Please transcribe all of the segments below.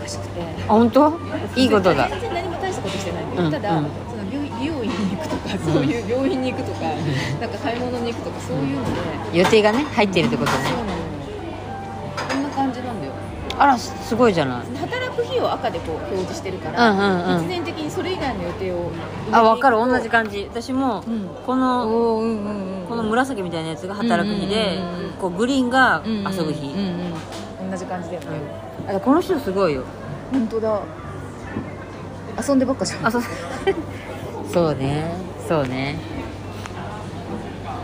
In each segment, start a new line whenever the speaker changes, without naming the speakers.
らしくて
あ本当いいことだ
全然何も大したことしてないんだ
う
よ
ん
ただ、
うん
その病美容院に行くとかそういう病院に行くとか、なんか買い物に行くとかそういうので、
予定がね入ってるってこと
そうな
ね
のよこんな感じなんだよ
あらすすごいじゃない
働く日を赤でこう表示してるか
うんうんう
ら、
ん
必然的にそれ以外の予定を
あ分かる同じ
感
感じ私も
うん
この、
おーうんうんうん
この紫みたいなやつが働く日で、
うんうんうんうん
こうグリーンが
うんうん
遊ぶ日、
うんうん同じ感じだよね、
あこの人すごいよ
本当だ遊んでばっかじゃん
あそうそうねそうね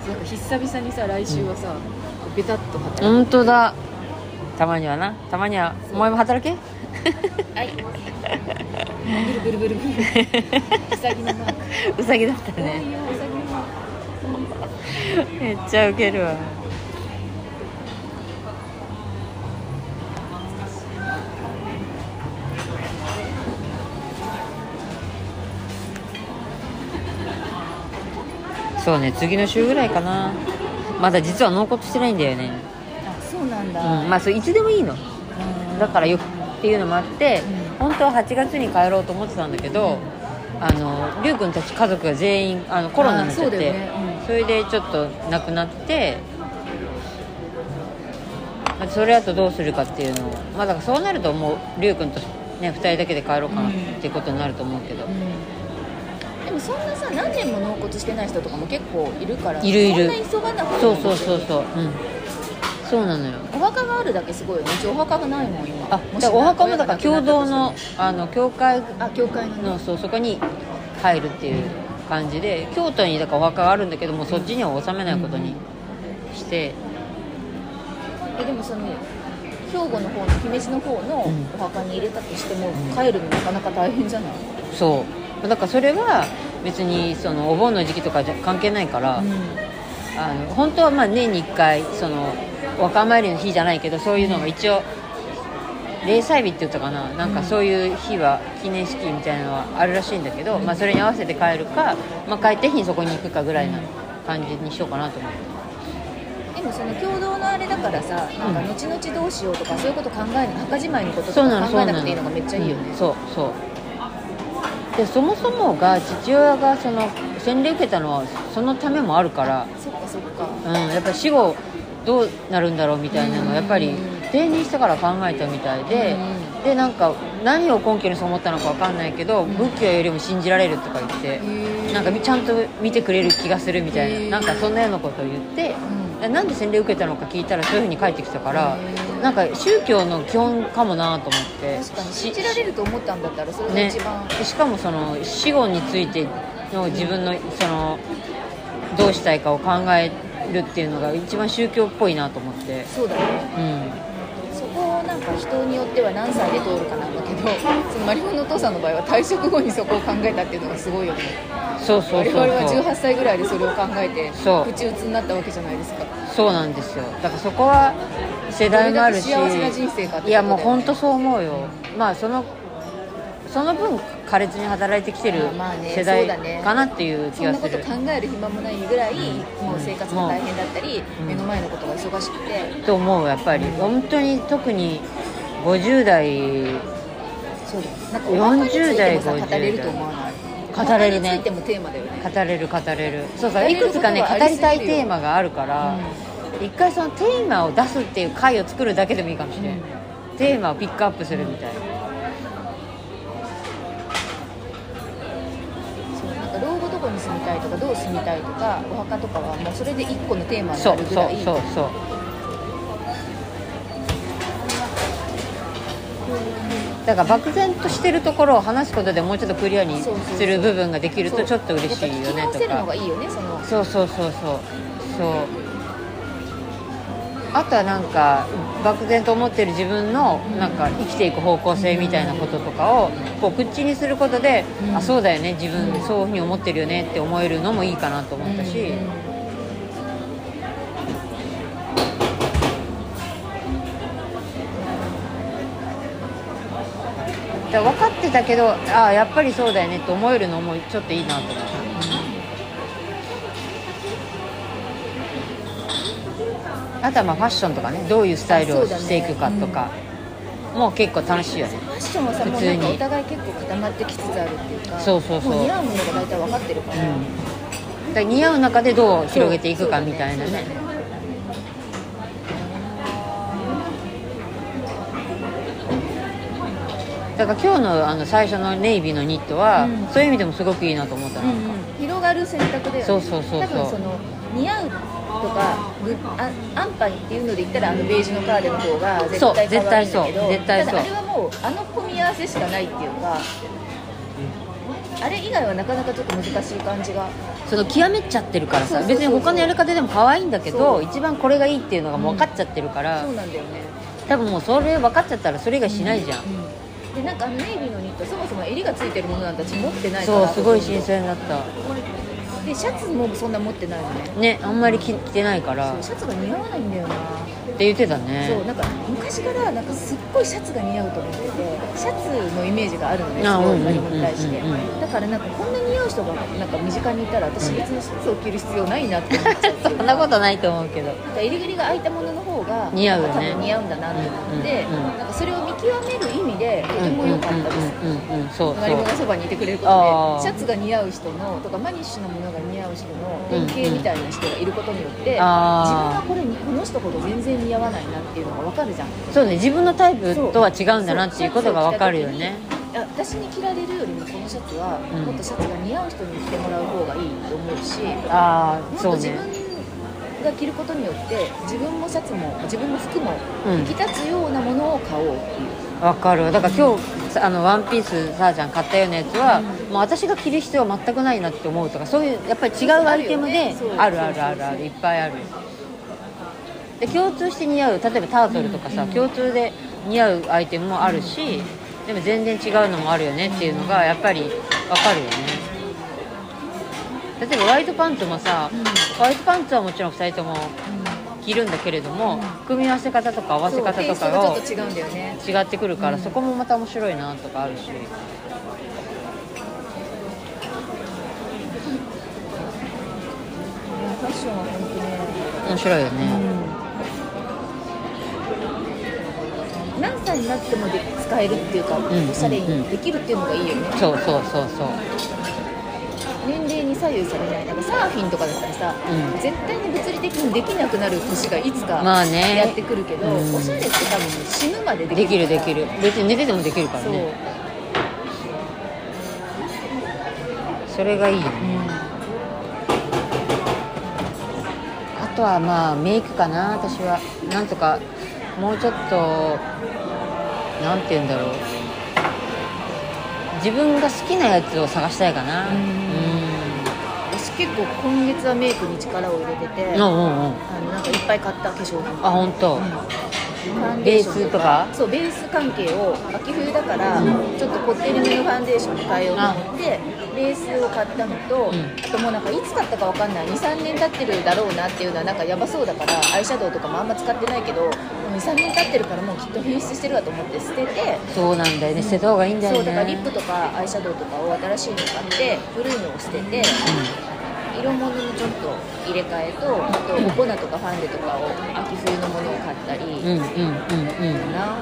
なんか久々にさ来週はさ、ベタっと働く、
本当だたまにはなたまにはお前も働け
はいブルブルブルブルウサギのマーク
うさぎだった
怖
ね
いよウサギのマー
めっちゃウケるわそうね次の週ぐらいかなまだ実は納骨してないんだよね、
クあそうなん
うん
だ、うん、
まあそれいつでもいいのだからよくっていうのもあって、
うん
本当は8月に帰ろうと思ってたんだけど、あのりゅうくんたち家族が全員あのコロナになっちゃっ
あーそ
て
うだよね
それでちょっと亡くなってまあそれあとどうするかっていうのを、まあ、だからそうなるともうりゅうくんと、ね、2人だけで帰ろうかなっていうことになると思うけど、
うんでもそんなさ何年も納骨してない人とかも結構いるから
いるいる
そんな急がなくて
そ
も
うそうそうそう、うん、そうなのよ
お墓があるだけすごいよねうちお墓がないもん今
あ
もし
じゃあお墓もだから
親が亡
共
くな
同
った
の
として
あの教会
もあ教会のね
のそうそこに入るっていう感じで京都にだからお墓があるんだけどもそっちには納めないことにして、
えでもその兵庫の方の姫路の方の
うん
お墓に入れたとしても、帰るのなかなか大変じゃない、
そうだからそれは別にそのお盆の時期とかじゃ関係ないから、あの本当はまあ年に1回そのお墓参りの日じゃないけどそういうのが一応例祭日って言ったかななんかそういう日は記念式みたいなのはあるらしいんだけど、まあ、それに合わせて帰るか、まあ、帰って日にそこに行くかぐらいな感じにしようかなと思って。
でもその共同のあれだからさなんか後々どうしようとかそういうこと考えない墓じまいのことと
そうな
か
の
考
そう
え
な
なく
の
ていいのがめっちゃいいよね
うんそうそうでそもそもが父親がその洗礼受けたのはそのためもあるから、
そっかそっか
うん、やっぱり死後どうなるんだろうみたいなの
う
は
ん
やっぱり定年してから考えたみたいで、でなんか何を根拠にそう思ったのかわかんないけど、仏教よりも信じられるとか言って、なんかみちゃんと見てくれる気がするみたいな、
へー
なんかそんなようなことを言って、
う
なんで洗礼受けたのか聞いたらそういうふうに返ってきたから
へー
なんか宗教の基本かもなと思って
確かに
し
信じられると思ったんだったらそれが
ね
一番、
でしかもその死後についての自分のそのどうしたいかを考えるっていうのが一番宗教っぽいなと思って
そうだね
うん
そこをなんか人によっては何歳で通るかなんだ けどそのマリモンのお父さんの場合は退職後にそこを考えたっていうのがすごいよね
そうそう
我
そう
々は
そう
18歳ぐらいでそれを考えて
そう
口打つになったわけじゃないですか
そうなんですよだからそこは世代もあるし
どれだけ幸せな人生かってことだよね
いやもう本当そう思うよまあそのその分苛烈に働いてきてる
あまあね
世
そ
代
うだね
かなっていう
そん
気が
なこ
す
と
る
考える暇もないぐらいもう生活も大変だったり
うん
目の前のことが忙しくて
と思うやっぱり本当に特に50代
そうだなんかお墓についてもさ
40代
語れると思わない
語れるね
お墓についてもテーマだよね
語れる語れるそう
語
そう
れ
い
る
くつかね
ことはあ
語
り
り
すぎるよ
たいテーマがあるから、一回そのテーマを出すっていう回を作るだけでもいいかもしれない、テーマをピックアップするみたいな、
そうなんか老後どこに住みたいとかどう住みたいとかお墓とかはもうそれで一個のテーマに
そ
な
う
るぐ
そ
ら
う
い
そうそうだから漠然としてるところを話すことでもうちょっとクリアに
そうそうそう
する部分ができるとちょっと嬉しいよ
そう
ね
やっぱ聞き直せる
と
の
か
がいいよねその
そうそうそうそうそうあとはなんか漠然と思ってる自分のなんか生きていく方向性みたいなこととかをこう口にすることで、
うん
あそうだよね自分そういうふうに思ってるよねって思えるのもいいかなと思ったし、
うん
だから分かってたけどああやっぱりそうだよねって思えるのもちょっといいなと思った。あとはまあファッションとかねどういうスタイルをしていくかとか、もう結構楽しいよね
ファッションはさ
普
もう
通
な
に
んかお互い結構固まってきつつあるっていうか
そうそうそう
もう似合うものが大体分かってるから、
うん、だから似合う中でどう広げていくかみたいなねだから今日のあの最初のネイビーのニットは、
うん
そういう意味でもすごくいいなと思った
う
の、
んうん、広がる選択だよね
そうそうそうそう
多分その似合うとかぐあ安牌っていうので言ったらあのベージュのカーデの方が絶
そう
対可愛いんだけ
絶対そ
ど
う絶対そ
た
う
だあれはもうあの組み合わせしかないっていうかあれ以外はなかなかちょっと難しい感じが
その極めちゃってるからさ
そうそうそう
別に他のやり方でも可愛いんだけ
そ
ど
う
一番これがいいっていうのがもう分かっちゃってるから、
そうなんだよね
多分もうそれ分かっちゃったらそれ以外しないじゃん、
うんでなんかあのネイビーのニットそもそも襟がついてるものなんて私持ってないから
そうすごい新鮮だっ
でシャツもそんな持ってないのね
たねあんまり着着てないから
そうシャツが似合わないんだよな
って言ってたね
そうなんか昔からなんかすっごいシャツが似合うと思っててシャツのイメージがあるのね
あ
すごい
うん
何もに対して
うんうん
だからなんかこんな似合う人がなんか身近にいたら私別にシャツを着る必要ないなって思っちゃうっ ていう
そ
か
んなことないと思うけど
なんか襟ぐりが開いたものの方が
似合うよね
多分似合うんだなって思って、
うんうんうん
なんかそれを見極める意味でと
うん
ても良かったです、
うんうんうんうんそうそう
隣もがそばにいてくれるこ
あ
と
ー
でシャツが似合う人のとかマニッシュなものが似合う人の
うん
典型みたいな人がいることによって、自分
あ
はこれにこの人ほど全然似合わないなっていうのが分かるじゃん
そうね自分のタイプとは違うんだなっていうことが分かるよね
いや私に着られるよりもこのシャツは、
うん
もっとシャツが似合う人に着てもらう方がいいと思うしも
ああ
っと
そう
自
ね
分が着ることによって自分もシャツも自分も服も
うん
引き立つようなものを買おうっていう、
分かるだから今日さあのワンピースさあちゃん買ったようなやつは、
うん
もう私が着る必要は全くないなって思うとかそういうやっぱり違うアイテムであ,、
そうそう
るあるあるあるいっぱいあるで共通して似合う例えばタートルとかさ、
うん
共通で似合うアイテムもあるし、でも全然違うのもあるよねっていうのがやっぱり分かるよね例えばワイドパンツもさ、
う
ワイドパンツはもちろん2人とも着るんだけれども、組み合わせ方とか合わせ方
テ
と
イストがち
か
ょ
を
っと違うんだよね
違ってくるから、
うん
そこもまた面白いなとかあるし
ファッションは本当ね
面白いよね、
何歳になってもで使えるっていうか、
ん
おしゃれにできるっていうのがいいよね、
そうそうそうそう
年齢に左右されないなんかサーフィンとかだったらさ、
うん
絶対に物理的にできなくなる年がいつか
まあね
やってくるけど、
うん
おしゃれって多分死ぬまでで
でき
きる
る
か
で
ら
きる別に寝ててもできるから
そう、
ねそれがいいよねあとはまあメイクかな私はなんとかもうちょっとなんて言うんだろう自分が好きなやつを探したいか
うん
なう
私結構今月はメイクに力を入れてて、
んうんうんうん
あのなんかいっぱい買った化粧品
あ本当、
ファンデーション
ベースとか
そうベース関係を秋冬だからちょっとこってりめのファンデーションに変えようと思ってベースを買ったのと、
うん
あともうなんかいつ買ったかわかんない23年経ってるだろうなっていうのはなんかやばそうだからアイシャドウとかもあんま使ってないけど23年経ってるからもうきっと紛失してるわと思って捨てて。
そうなんだよね捨てた方がいいんだよね
そうだからリップとかアイシャドウとかを新しいの買って古いのを捨てて色物にちょっと入れ替えとあとボナとかファンデとかを秋冬のものを買ったり、
うんうんうんうんうん
な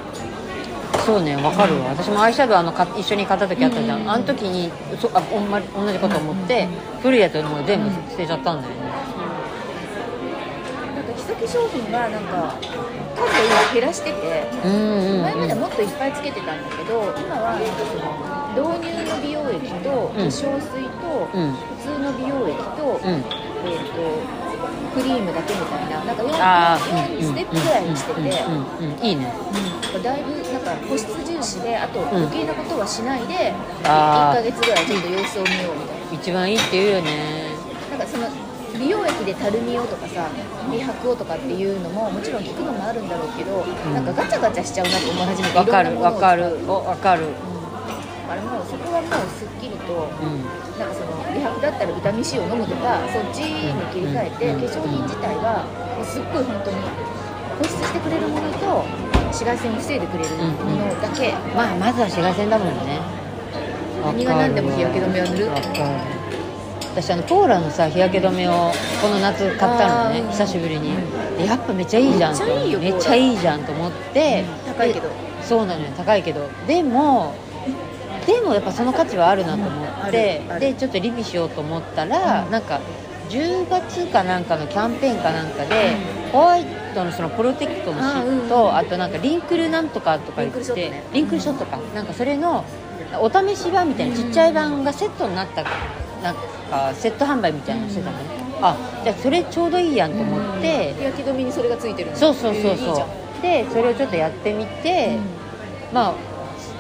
そうねわかるわ私もアイシャドウあのか一緒に買った時あったじゃん、
うんうんうん
あの時にそあほんまに同じこと思って、古いやつもう全部捨てちゃったんだよね、
なんか基礎化粧品はなんか数を今減らしてて、
うん、うんうん
前まではもっといっぱいつけてたんだけど今はなんかその導入の美容液と
うん
化粧水と
うん
普通の美容液と,、
う
え
ん
ー、とクリームだけみたいななんか
あ
4,
ー
4ステップぐらいにしてて、
うんうんうんうんいいね
うんだいぶなんか保湿重視であと
ん
余計なことはしないで、1
あー
ヶ月ぐらいちょっと様子を見ようみたいな。
一番いいって言うよね
なんかその美容液でたるみをとかさ美白をとかっていうのももちろん聞くのもあるんだろうけど、
ん
なんかガチャガチャしちゃうなと思い始めて
わか
い
る
ろんなものを
わかるおわかる
あれもうそこはもうすっきりと
うん
なんかその美白だったらビタミン C を飲むとかそっちに切り替えて、
うん
化粧品自体はもうすっごい本当に保湿してくれるものと紫外線を防いでくれるものだけ、
まあまずは紫外線だもんねわかるわ
何が何でも日焼け止めは塗る
わかる私あのポーラのさ日焼け止めをこの夏買ったの
あーう
ね
ん
久しぶりにでやっぱめっちゃいいじゃんと
めっちゃいいよ
めっちゃいいじゃんと思って、
うん高いけど
でそうなのよ高いけどでもでもやっぱその価値はあるなと思
うんあ
っ
る
て、
ある
でちょっとリピしようと思ったら、
うん
なんか10月かなんかのキャンペーンかなんかで、ホワイトのそのプロテクトのシ
あー
ー
うん
トとあとなんかリンクルなんとかとか言って
リンクルショットね
リンクルショットか、なんかそれのお試し版みたいなちっちゃい版がセットになったなんかセット販売みたいなのしてたのね、あじゃあそれちょうどいいやんと思って、
うん焼き止めにそれがついてるの
そうそうそう
えーいいじゃん
そうでそれをちょっとやってみて、
うん
まあ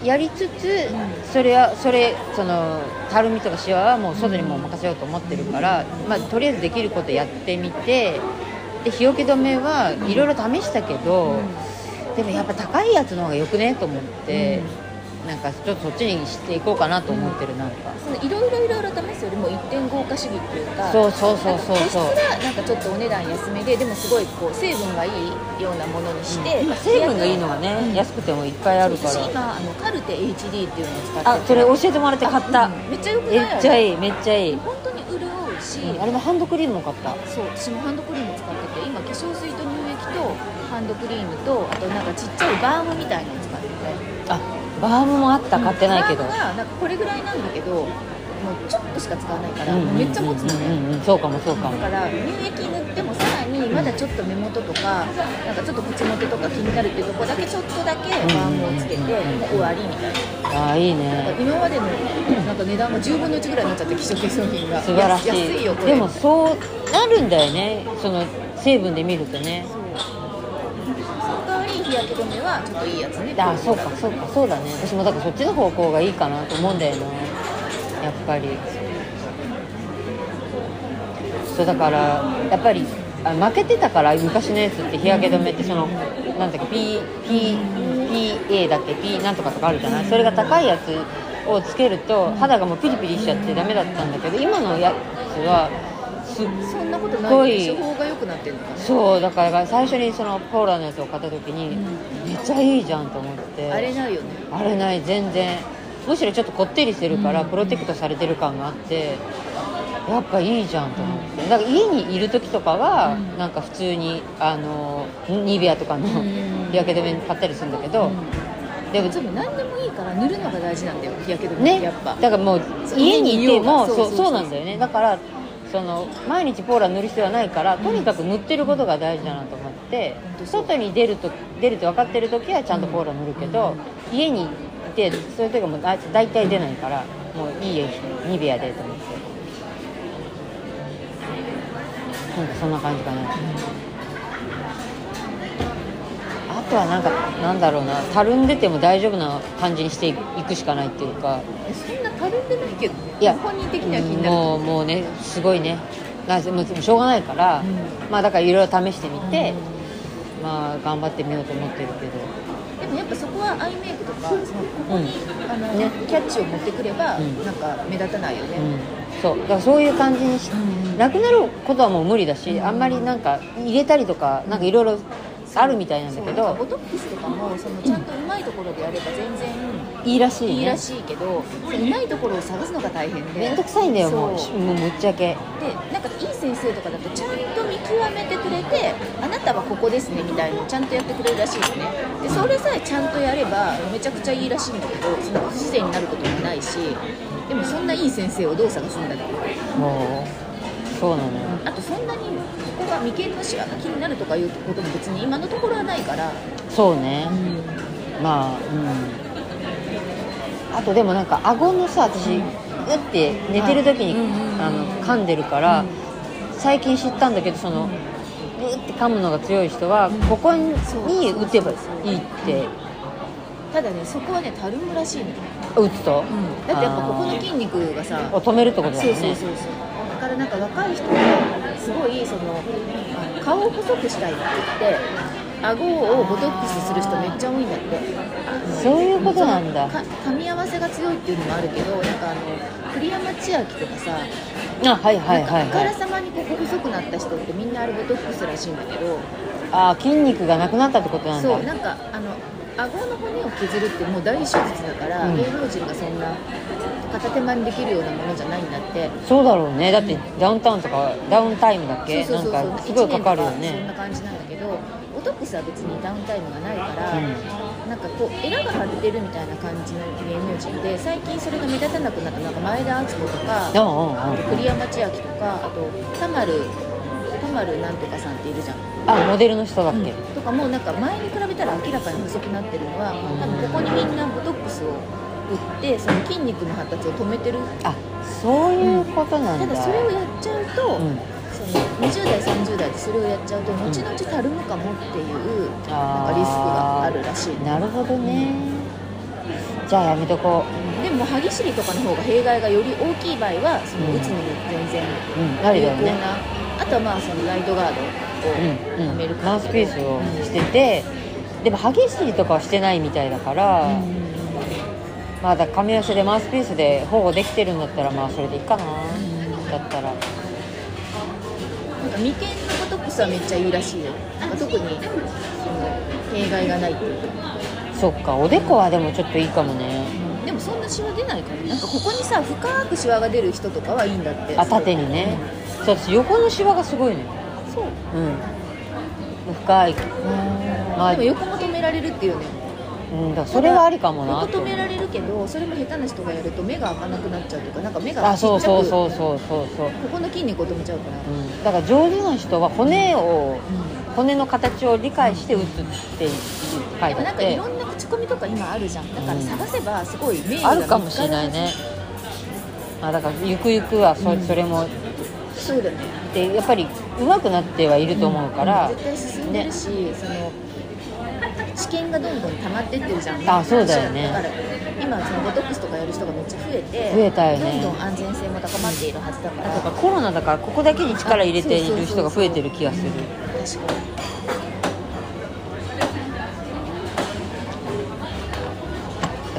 やりつつ、
ん
それはそれそのたるみとかシワはもう外にもう任せようと思ってるから、まあ、とりあえずできることやってみてで日焼け止めはいろいろ試したけど、でもやっぱ高いやつの方がよくねと思って、なんかちょっとそっちにしていこうかなと思ってるなんか、
そのいろいろいろいろ試すよりも一点豪華主義っていうか
そうそうそうそうそう
なんか決してなんかちょっとお値段安めででもすごいこう成分がいいようなものにして、
今成分がいいのがね、
うん
安くてもいっぱいあるから
そう私今あのカルテ HD っていうのを使ってて
あそれ教えてもらって買った、
うんめっちゃよくない
めっちゃ
い
いいめっちゃいい、
本当に潤うし、
うんあれもハンドクリームも買った
そう私もハンドクリーム使ってて今化粧水と乳液とハンドクリームとあとなんかちっちゃいバームみたいのを使ってて
あバームもあった買ってないけど、
バームがなんかこれぐらいなんだけどもうちょっとしか使わないから、めっちゃ持つのね、
うんうんうんそうかもそうか
だ
も
から乳液塗ってもさらにまだちょっと目元とかなんかちょっと口元とか気になるっていうとこだけちょっとだけバームをつけて
うん
も
うんうんうん
う終わりみたいな
あーいい
なんか
ね
今までのなんか値段が10分の1ぐらいになっちゃって希少化粧品が
素晴らしい
安いよこれ
でもそうなるんだよねその成分で見るとね
そうその代わり日焼け止めはちょっといいやつね
あそうかそうかそうだね私もだからそっちの方向がいいかなと思うんだよねやっぱりそうだからやっぱりあ負けてたから昔のやつって日焼け止めってそのなんだっけ PPA だっけ P なんとかとかあるじゃないそれが高いやつをつけると肌がもうピリピリしちゃってダメだったんだけど今のやつはすっ
そんなこと
すご
ない
い
処方が良くなってるのかな
そうだから最初にそのポーラのやつを買った時にめっちゃいいじゃんと思って
あれないよね
あれない全然むしろちょっとこってりしてるから
うん
プロテクトされてる感があってやっぱいいじゃんと思ってだから家にいる時とかは
うん
なんか普通にあのニベアとかの
ん
日焼け止め買ったりするんだけどでも
でも何でもいいから塗るのが大事なんだよ日焼け止めっ
ね
てやっぱ、
だからもう
そう
家にい
家にいよ
ても
うが
そ
そう
う
そうそう
そうなんだよねだからその毎日ポーラ塗る必要はないからとにかく塗ってることが大事だなと思って
本当そう
外に出ると出ると分かってる時はちゃんとポーラ塗るけど家にいてそういう時はもうあ大体出ないからもういいよニベアでと思ってなんかそんな感じかなあとはなんかなんだろうなたるんでても大丈夫な感じにしていくしかないっていうか
えそんなたるんでないけどね
いや
本人的には気になる
もうもうねすごいねなもうでもしょうがないから、
うん
まあだからいろいろ試してみて、
うん
まあ頑張ってみようと思ってるけど
でもやっぱそこはアイメイクとかそのここに、あの
ね
キャッチを持ってくれば、
うん
なんか目立たないよね、
うんそうだからそういう感じにし、
うん
なくなることはもう無理だし、あんまりなんか入れたりとかなんかいろいろあるみたいなんだけ
そうボ
ど
トックスとかもそのちゃんとうまいところでやれば全然
いいらしいね
いいらしいけど、そのうまいところを探すのが大変で
めんどくさいんだよもうし
そ
もうぶっちゃけ
でなんかいい先生とかだとちゃんと見極めてくれてあなたはここですねみたいのをちゃんとやってくれるらしいのねでそれさえちゃんとやればめちゃくちゃいいらしいんだけどその不自然になることもないしでもそんないい先生をどう探すんだろう
もうそうなのよ
あとそんなにここが眉間のシワが気になるとかいうことも別に今のところはないから、
そうね、まああとでもなんか顎のさ私うって寝てる時に
うんうんうん
あの噛んでるから
うん
最近知ったんだけどそのグーって噛むのが強い人はここに打てばいいって
ただねそこはねたるむらしいのよ、
打つと
だってやっぱここの筋肉がさ
あーを止めるってことだ
そう
よ
そう
ね
そうそうだからなんか若い人がすごいそのあ顔を細くしたいって言って顎をボトックスする人めっちゃ多いんだって
そういうことなんだ
か噛み合わせが強いっていうのもあるけどなんかあの栗山千明とかさ
あはいはいは
ないん
は
かあか
い
らさまにここ細くなった人ってみんなあれボトックスらしいんだけど
あー筋肉がなくなったってことなん
そうな
だ
んかあの顎の骨を削るってもう大手術だから、
うん
芸能人がそんな片手間にできるようなものじゃないんだって
そうだろうねだってダウンタウンとかダウンタイムだっけ
そうそうそうそう
なんかすごいかかるよ
一年とそんな
ね
感じなんだけどオトックスは別にダウンタイムがないから、
う
なんかこうエラが張ってるみたいな感じの芸能人で最近それが目立たなくなったなんか前田敦子とか
うんうんうん
栗山千明とかあと田丸田丸なんとかさんっているじゃん
あモデルの人だっけ、
とかもうなんか前に比べたら明らかに細くなってるのは多分ここにみんなボトックスを打ってその筋肉の発達を止めてる
あそういうことなんだ、
ただそれをやっちゃうと、
うん
その20代30代でそれをやっちゃうと後々たるむかもっていうなんかリスクがあるらしいね
なるほどねじゃあやめとこ
でも歯ぎしりとかの方が弊害がより大きい場合はその
うん
打つのに全然
ううんありだよね
なあとはまあそのライトガードを
うんう
は
ん
める
マウスピースをしてて、でも歯ぎしりとかはしてないみたいだから、まあだ髪寄せでマウスピースで保護できてるんだったらまあそれでいいかな、
ん
だったら
なんか眉間のボトックスはめっちゃいいらしいよなんか特にその弊害がないっていうか
そっかおでこはでもちょっといいかもね
でもそんなシワ出ないからなんかここにさ深くシワが出る人とかはいいんだって
あ縦にねそう私横のシワがすごいね
そう
うん深いまあ
でも横も止められるっていうね
うんだからそれはありかもな
横止めら
る
れるけどそれも下手な人がやると目が開かなくなっちゃうとかなんか目が
あそうそう
う
そうそうそうそ
こ
う
この筋肉を止めちゃうから、
うんだから上手な人は骨を骨の形を理解して打つっ
で
て書い
も
てあ
なん
っ
かい
て
ろんな口コミとか今あるじゃんだから
うん
探せばすごい名誉が
あるかもしれないねあだからゆくゆくはそ,、
うん
それも
そうだね
でやっぱり上手くなってはいると思うから、
ん絶対進んでるし、その知見がどんどん溜まってってるじゃん
あそうだよね
だから今そのボトックスとかやる人がめっちゃ増えて
増えたよね
どんどん安全性も高まっているはずだから
だからコロナだからここだけに力入れている人が増えてる気がする
確かに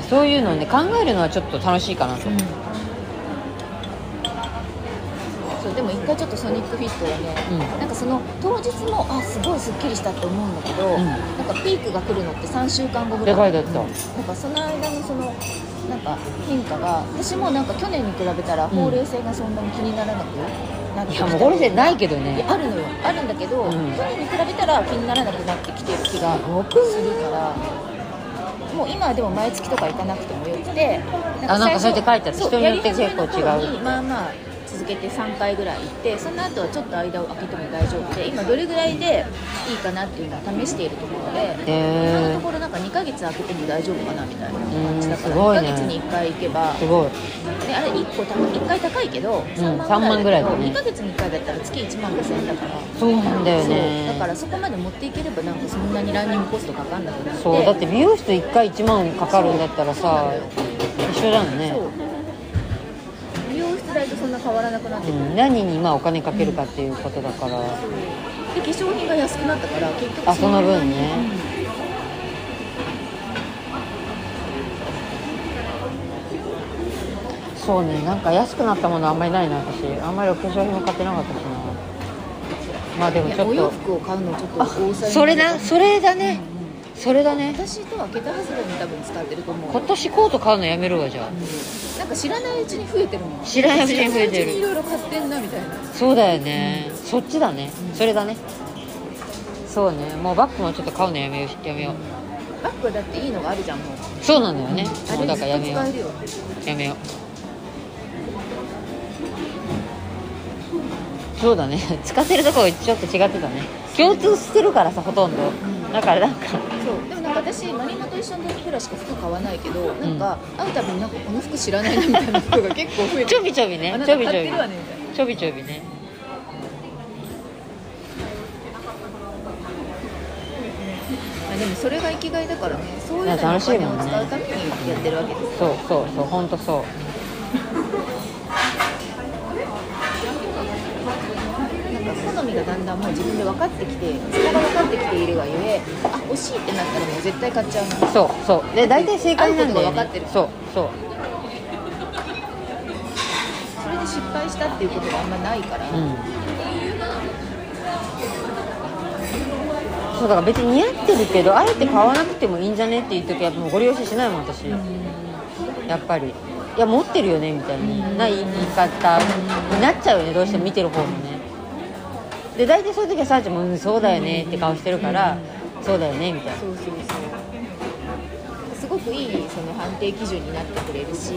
そういうのをね考えるのはちょっと楽しいかなと思う、
そうでも一回ちょっとソニックフィットはね、
うん
なんかその当日もあすごいすっきりしたって思うんだけど、
うん
なんかピークが来るのって3週間後ぐらい
でかいだった
うんなんかその間のそのなんか変化が私もなんか去年に比べたらほうれい線がそんなに気にならなくなって
い
き
や
た
もうこれでないけど
いや
ね
あるのよあるんだけど、
うん
去年に比べたら気にならなくなってきてる気がするからもう今はでも毎月とか行かなくてもよくて
あなんかそうやって書いてあった
そう
人によって結構違う
やり始めの頃にまあまあ続けて3回ぐらい行ってその後はちょっと間を空けても大丈夫で今どれぐらいでいいかなっていうのを試しているところで
へー
今のところなんか2ヶ月空けても大丈夫かなみたいな感じだから
うんすごいね
2ヶ月に1回行けば
すごい
であれ1個高い1回高いけど
3
3
万
万
ぐ
ぐ
ら
ら
い
い
だ
だ
ね
けど2ヶ月に1回だったら月1万5000円だから
そうなんだよね
そうだからそこまで持っていければなんかそんなにランニングコストかかんなくなって
そうだって美容室1回1万かかるんだったらさ一緒だもんね
そう美容室代とそんな変わらなくなって
う
くる、
ん、何に今お金かけるかっていうことだから、
で化粧品が安くなったから結局
あその分ねそうねなんか安くなったものあんまりないな私あんまりお化粧品も買ってなかったしなまあで
うん
も
い
ち
や
ょ
お
っ
洋
と
服を買うのちょっと
あ
大さじ
それだそれだねそれだね
私とは桁外れに多分使ってると思う
今年コート買うのやめるわじゃ
なんか知らないうちに増えてるもん
知らないうちに増えてる
知らないうちにいろいろ買ってんなみたいな
あそうだよね、そっちだねそれだねそうねもうバッグもちょっと買うのやめようやめよう
バッグだっていいのがあるじゃんもう
そうなんだよね
あ
もう
れ
だからやめ
ずっと
よ
使え
う
るよ
やめようそうだね 使ってるとこがちょっと違ってたね共通してるからさほとんどだからなんか
そうでもなんか私マリモと一緒の時くらいしか服買わないけどなんか会うたびになんかこの服知らないなみたいな服が結構増えて
ちょびちょびね
あな
ち
た
ょびちょ
買っ
び
てるわねみたいな
ちょびちょびね
あでもそれが生きがいだからねそういうの
い
に
や
お
楽しい
金
もん
を
ね
使うためにやってるわけです
そうそうそうほんとそう
なんか好みがだんだんもう自分で分かってきてそこが分かってきているがゆえあ欲しいってなったらもう絶対買っちゃうな
そうそうで大体正解なんだよ、ね、
合うことが分かってる
そうそう
それで失敗したっていうことがあんまないから、
うんそうだから別に似合ってるけどあえて買わなくてもいいんじゃねっていう時はもうご利用ししないもん私、やっぱりいや持ってるよねみたいな,、ない言い方になっちゃうよねどうしても見てる方もねで大体そういう時はサーチもうん「そうだよね」って顔してるから「そうだよね」みたいな
そうそうそうすごくいいその判定基準になってくれるし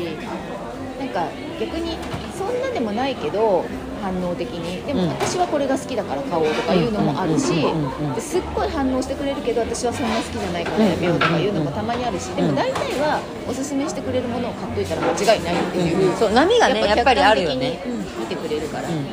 なんか逆にそんなでもないけど反応的にで
う
も
ん
私はこれが好きだから買おうとかいうのもあるし
うんうんうんうん
ですっごい反応してくれるけど私はそんな好きじゃないからやめようとかいうのもたまにあるしでも大体はおすすめしてくれるものを買っといたら間違いないっていう,、
うんそう波がねやっぱりあるよね
客観的に見てくれるから、
うんうん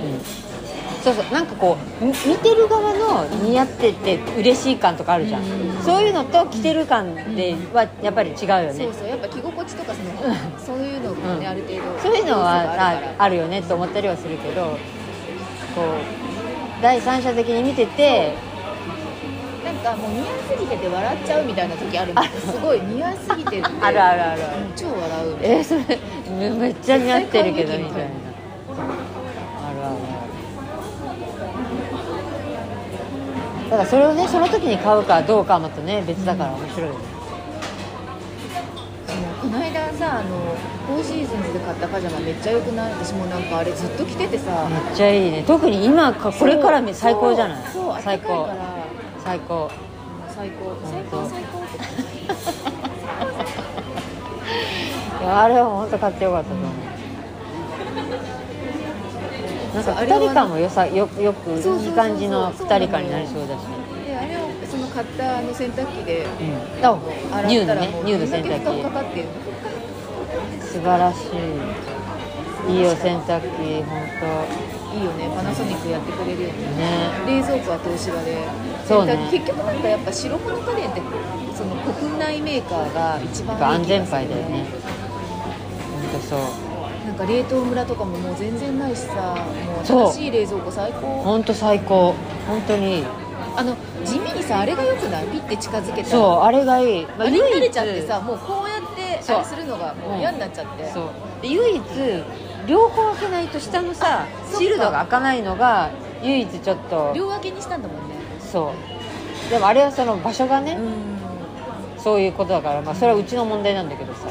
そうそうなんかこうみ見てる側の似合ってて嬉しい感とかあるじゃん、
うん
そういうのと着てる感ではやっぱり違うよね、
そうそうやっぱ着心地とかその、そういうのもね、
うん
ある程度
そういう
要素
のは
があるから
ああるよねと思ったりはするけどこう第三者的に見てて
なんかもう似合いすぎてて笑っちゃうみたいな時あるんですよすごい似合いすぎてて
あるあるあるある
うん超笑うみたいな
えー、それめめっちゃ似合ってるけどみ
絶対買うべきみ
た
た
い
いな
なあるあるあるだからそれをねその時に買うかどうかはまたね別だから面白いよね、
でもこの間さあのフォーシーズンズで買ったパジャマめっちゃ良くない私もなんかあれずっと着ててさ
めっちゃいいね特に今かこれからめ最高じゃない
そうそう
最
暖
高
かいから
最高
最高最
本
高
当
最高って
いやあれは本当買ってよかったと思うなん
そ
か
うあれは
2人間もよさよよく
そうそうそうそう
いい感じの2人間になりそうだし
であれをその買ったあの洗濯機で
うんあニュ
洗
ー
った
の
ら
ね
もう
ニュー
ど
の
んだけ
洗
負荷か
濯
かってる
機素晴らしいいいよ洗濯機本
いいよねパナソニックやってくれるよね
当ね
冷蔵庫は東芝で
そうね
結局なんかやっぱ白物家電ってその国内メーカーが一
なん
番
か
い
安
い気
全
がする
牌だよね本当そう
なんか冷凍ムラとかももう全然ないしさもう
そう
新しい冷蔵庫最高
本当最高本当にいい
あの地味にさあれがよくないピッて近づけた
そう
ら
あれがいい、ま
あれに
唯
慣れ
一
ちゃってさもうこうやって
そう
あれするのがもう嫌になっちゃって、
そうで唯一両方開けないと下のさ
そっか
シールドが開かないのが唯一ちょっと
両分けにしたんだもんね
そうでもあれはその場所がね、
ん
そういうことだから、まあ、それはうちの問題なんだけどさ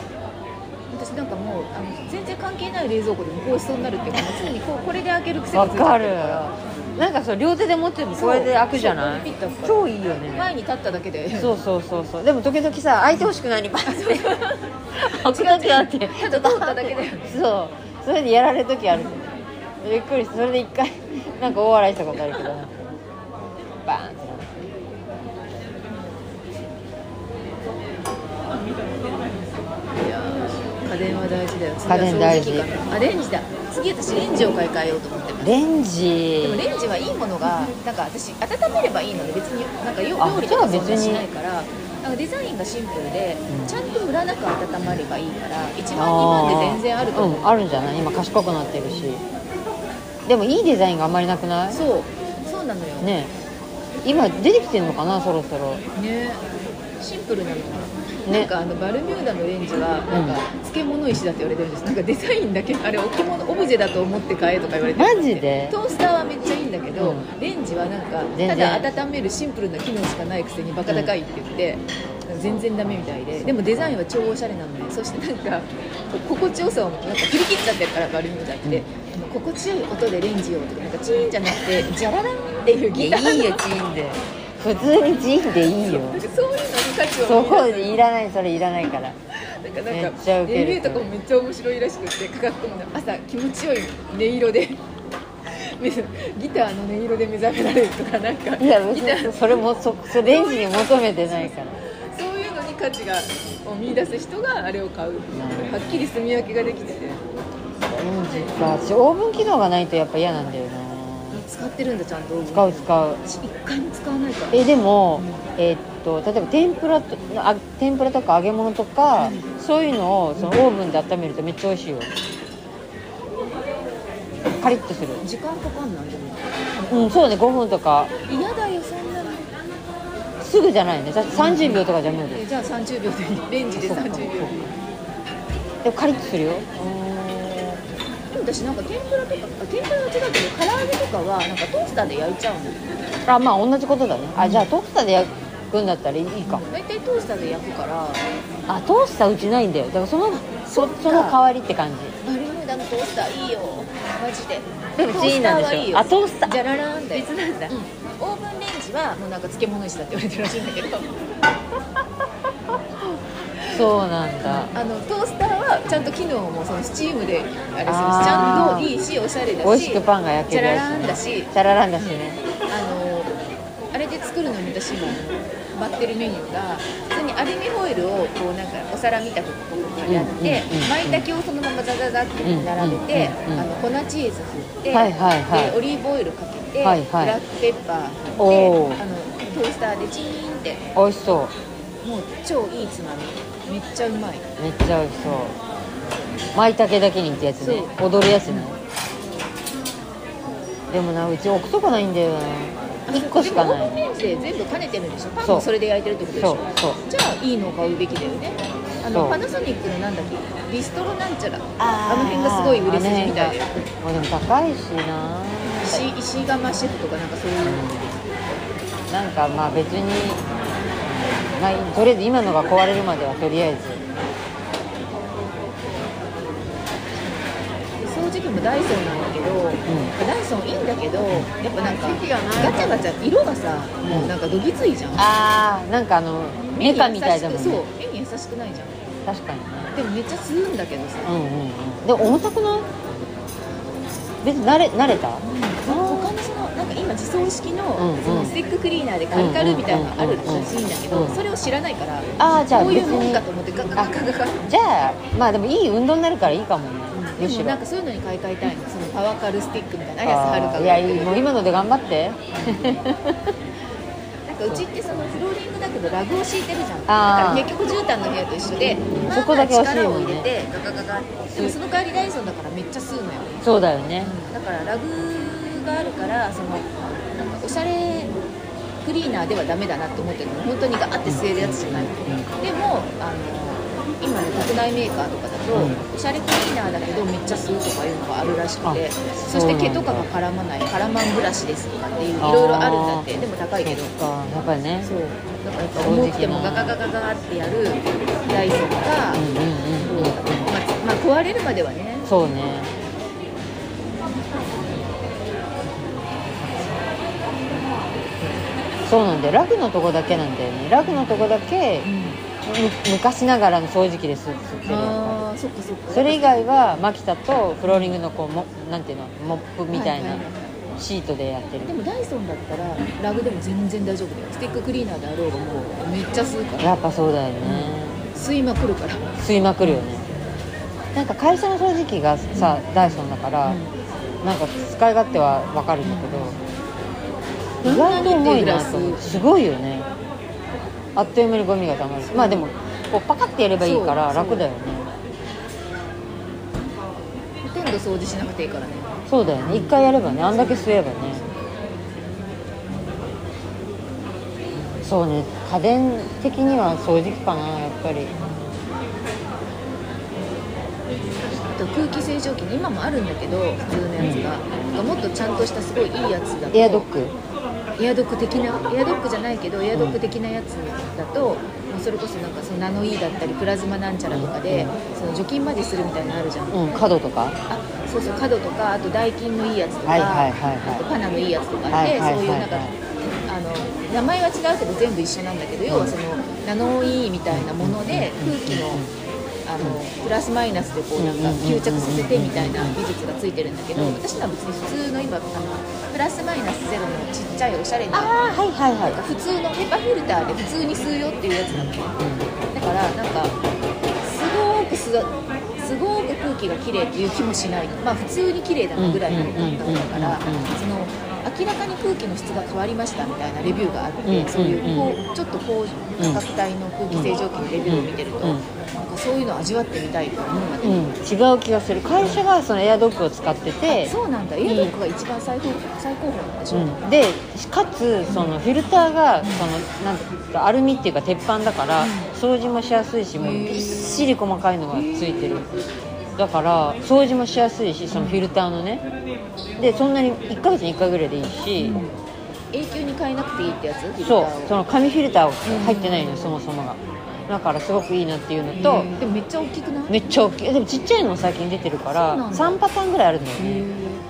私なんかもうあの全然関係ない冷蔵庫でもこうしそうになるっていうかもう常にこうこれで開ける癖が
わ
ついちゃ
か
って
る
るから
なんかそう両手で持ってるのこれで開くじゃない
そうピッと開くから
超いいよ
前
ね
に立っただけで
そうそうそうそうでも時々さ開いてほしくなります 開く時あって
ただ通っただけで
そうそれでやられる時あるびっくりしてそれで一回なんか大笑いしたことあるけどなバーンってなって
いやー家電は大事だよ次は
家電大事
掃除機かなあレンジだ次私レンジを買い替えようと思ってます
レンジ
でもレンジはいいものがなんか私温めればいいので別になんかよ
あ
料理とか
じゃ
そん
あ別
な
に
しないからなんかデザインがシンプルで、
うん
ちゃんとムラなく温まればいいから1万2万で全然あると思う、
うんあるんじゃない今賢くなってるしでもいいデザインがあんまりなくない
そうそうなのよね
ねえ今出てきてんのかなそろそろ
シンプルなのかな,、
ね
なんかあのバルミューダのレンジはなんか漬物石だって言われてるんですなんかデザインだけあれ置物オブジェだと思って買えとか言われてるん
マジで
トースターはめっちゃいいんだけど、
うん
レンジはなんか
全
た
然
だ温めるシンプルな機能しかないくせにバカ高いって言って、全然ダメみたいででもデザインは超おしゃれなのでそしてなんかこ心地よさをなんか切り切っちゃってるからバルミューダって、あの心地よい音でレンジをとかなんかチーンじゃなくてジャラランっていうギターの
いいよチンで普通にチンでいいよ
なんかそういうのに価値を
そ
見出
こ
す
いらないそれいらないから
なんか
め
な
っ
ん
ちゃ
か
ウケる
レビューとかもめっちゃ面白いらしくって価格も朝気持ちよい音色で ギターの音色で目覚められるとかなんか
いや別
ギター
にそれもそそレンジに求めてないから
そういうのに価値がを見出す人があれを買う
ほど
はっきり住み分けができてて
レンジか私オーブン機能がないとやっぱ嫌なんだよな
使ってるんだちゃんと
使う使う
私一回も使わないから
えでも、えーっと例えば天ぷらとあ天ぷらとか揚げ物とか、そういうのをそのオーブンで温めるとめっちゃ美味しいよカリッとする
時間かかんないでも
うんそうね5分とか
嫌だよそんなの
すぐじゃないねだって30秒とかじゃ無理
えじゃあ30秒でいいレンジで
そうか
30秒でいい
でもカリッとするよ
も私なんか天ぷらとかあ天ぷらは違うけど唐揚げとかはなんかトースターで焼いちゃうの
あまあ同じことだねあじゃあトースターで焼くんだったらいいか、
大体トースターで焼くからあ
あトースターうちないんだよだからそのそ
っか
その代わりって感じ
れもだのトースターいいよマジで
でもうちなんですよあトースター
じゃららーんだよ
別なんだ
うんオーブンレンジはもうなんか漬物石だって言われてるらしいんだけど
そうなんだ
あのトースターはちゃんと機能もそのスチームであれするしち
あー
ゃんといいしおしゃれだし
美味しくパンが焼ける
じゃ
や
らら
つ
ーんだし
チャラランだしね
あのあれで作るのに私もバッテリメニューが普通にアルミホイルをこうなんかお皿みたくこうやって、
うんうんうんうん
舞茸をそのままザザザって並べて、
うんうんう
あ
んうん
の粉チーズ振って、
はいはいはい
でオリーブオイルかけて、
はいはい
ブラックペッパー振って
おー
あのトースターでチーンって
美味しそ
もう超いいつまみめっちゃうまいう
めっちゃ美味しそう舞茸だけにってやつね踊るやつねでもなうち置くとこないんだよな1個しかな
でもオーブン
い
レンジで全部兼ねてるんでしょパン
そう
もそれで焼いてるってことでし
そう
ょ
そう
じゃあいいのを買うべきだよねあ
そ
の
う
パナソニックのなんだっけビストロなんちゃら
あ
あの辺がすごい売れ筋みたいで
あの辺がまあでも高いしな
石石窯シェフとかなんかそういう
なんかまあ別に、まあ、とりあえず今のが壊れるまではとりあえず
掃除機もダイソンなんだけど、ダイソンいいんだけどやっぱなんかガチャガチャ色がさ、もうなんかどぎついじゃん
ああなんかあのメカみたいだもん
目に優
ね
しくそう目に優しくないじゃ
確かにね
んでもめっちゃ吸うんだけどさ
うんうんうんでも重たくない別に慣れ慣れた
他のそのなんか今自走式の
うんうん
そのスティッククリーナーでカルカルみたいなのあるらしいんだけ
うん
ど
うんうん
それを知らないから
ああじゃあ
こうい
別
うもんかと
に
思ってガガガガガガ
じゃあまあでもいい運動になるからいいかもね
で
むし
も
ろ
なんかそういうのに買い替えたいのそのパワーカルスティックみたいな綾瀬はる
あ
か
ー
が
いやいいもう今ので頑張って
なんかうちってそのフローリングだけどラグを敷いてるじゃんだ
あ
か
ー
ら結局絨毯の部屋と一緒でまあ
そこだけ惜しい
力
も
を
ん
入
ね
れてガガガガってでもその代わりダイソンだからめっちゃ吸うのよ
そうだよね
だからラグがあるからそのなんかおしゃれクリーナーではダメだなって思ってるの本当にガーって吸えるやつじゃないでもあの今の国内メーカーとかだと、
うん
おしゃれクリーナーだけどめっちゃ吸うとかいうのがあるらしくて
あ
そ
そう
し
な
て
ん
毛
だ
とかが絡まないカラマンブラシですとかっていういろいろあるんだってでも高いけど
そっかやっぱりね
そうだからやっぱ重くてもガガガガガってやるダイソンか、
うんうんうんうん
まあ、まあ壊れるまではね
そうねそうなんだよラグのとこだけなんだよねラグのとこだけむ昔ながらの掃除機です吸ってるやっぱ
ああーそっかそっか
りそれ以外はマキタとフローリングのこうもなんていうのモップみたいな
はいはいは
シートでやってる
でもダイソンだったらラグでも全然大丈夫だよスティッククリーナーであろうがもうめっちゃ吸うから
やっぱそうだよね
吸いまくるから
吸いまくるよねなんか会社の掃除機がさダイソンだから、なんか使い勝手は分かるんだけど、
うん
意外と重いな
こんなにっていうぐらい
と思ってすごいよねあっという間にゴミがたまるまあでもこうパカってやればいいから
そう
楽だよね
ほとんど掃除しなくていいからね
そうだよね一回やればねあんだけ吸えばねそうね家電的には掃除機かなやっぱり
あと空気清浄機に今もあるんだけど普通のやつが、なんかもっとちゃんとしたすごいいいやつだと
エアドック
エアドック的なエアドックじゃないけどエアドック的なやつだと、もうそれこそなんかそのナノイーだったりプラズマなんちゃらとかで、その除菌までするみたいなのあるじゃん、
うん角とか
あそうそう角とかあとダイキンのいいやつとか、
はいはいはいはい
あとパナのいいやつとかあ
は
って、
いはいはいはい
そういうなんかあの名前は違うけど全部一緒なんだけど要はそのナノイーみたいなもので空気の。あのプラスマイナスでこうなんか吸着させてみたいな技術がついてるんだけど
うん
私のは別に普通の今あのプラスマイナスゼロのちっちゃいおしゃれな
ああはいはいはい
普通のペーパーフィルターで普通に吸うよっていうやつなのよだからなんかすごくすすごく空気が綺麗っていう気もしないまあ普通に綺麗だなぐらいの感覚だから
うんうんうんうん
その明らかに空気の質が変わりましたみたいなレビューがあって、
うんうんうん
そういうこうちょっと高価格帯の空気清浄機のレビューを見てると、
うんうん
なんかそういうの味わってみたいと思うんだけ
う
ど、
ん、違う気がする会社がそのエアドッグを使ってて
そうなんだエアドックが一番最高最高峰なんでしょ、
うんでかつそのフィルターがそのなんていうかアルミっていうか鉄板だから掃除もしやすいしもう
へー
びっしり細かいのがついてるだから掃除もしやすいしそのフィルターのねでそんなに1ヶ月に1回ぐらいでいいし、
永久に変えなくていいってやつフィルター
そ
を
うその紙フィルターが入ってないのよ、そもそもがだからすごくいいなっていうのと、
うんでもめっちゃ大きくない
めっちゃ大きいでもちっちゃいのも最近出てるか
そうな
ら
んだ
3パターンぐらいあるんだよね、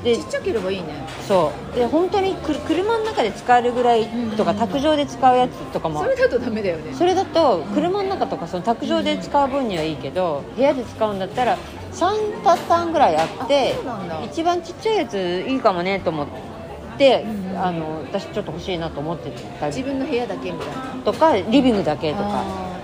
で
で
ちっちゃければいいね
そうで本当にくる車の中で使えるぐらいとか、
うん
卓上で使うやつとかも
それだとダメだよね
それだと車の中とかその卓上で使う分にはいいけど部屋で使うんだったら3パターンぐらいあって
あそうなんだ
一番ちっちゃいやついいかもねと思って、
うんうん
あの私ちょっと欲しいなと思ってた
自
り
分の部屋だけみたいな
とかリビングだけとか
あ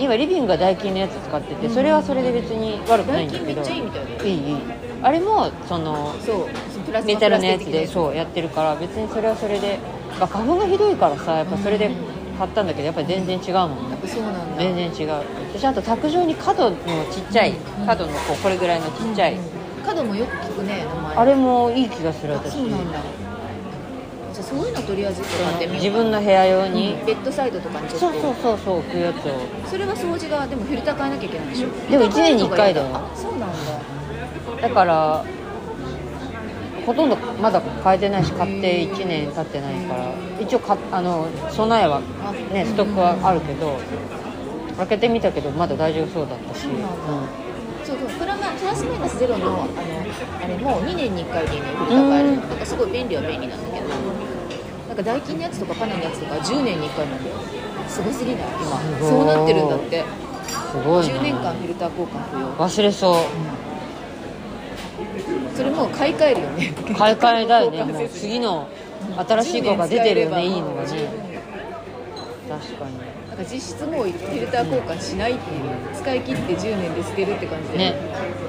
今リビングがダイキンのやつ使ってて
うん
それはそれで別に悪
ー
くな
ダ
い
イ
ん
キ
だ
ンめ
け
っ
ど
ちゃいいみたいだよ
いいいいあれもその
そうプラス
メタルのやつで
う
そうやってるから別にそれはそれで、まあ、花粉がひどいからさやっぱそれで買ったんだけどやっぱり全然違うもんね
やっぱそうなんだ
全然違う私あと卓上に角のちっちゃい
うん
角のこうこれぐらいのちっちゃい、
うん角もよく聞くね名前
あれもいい気がする
あ
私
そうなんだじゃあそういうのとりあえず一個買ってみよう
自分の部屋用に、
にベッドサイドとかにちょっ
そ
と
うそうそうそう置くやつを
それは掃除がでもフィルター変えなきゃいけないでしょ
でも一年に一回だよ
あそうなんだ
だからほとんどまだ買えてないし買って1年経ってないから一応かあの備えは
あ
ねストックはあるけど開けてみたけどまだ大丈夫そうだったし、
そうなんだそうそうプラマプラスマイナスゼロのあのあれも2年に1回でねフィルター変えるのなんかすごい便利は便利なんだけどなんかダイキンのやつとかパナのやつとか10年に1回なんだよすごすぎない今
すごい
そうなってるんだって
すごいな
10年間フィルター交換不要
忘れそう
それもう買い替えるよね
買い替えだよね
交換
も
せ
う
ずに
次の新しい子が出てるよねいいのが
十
ね
分
確かに
なんか実質もうフィルター交換しないっていう使い切って10年で捨てるって感じで
ね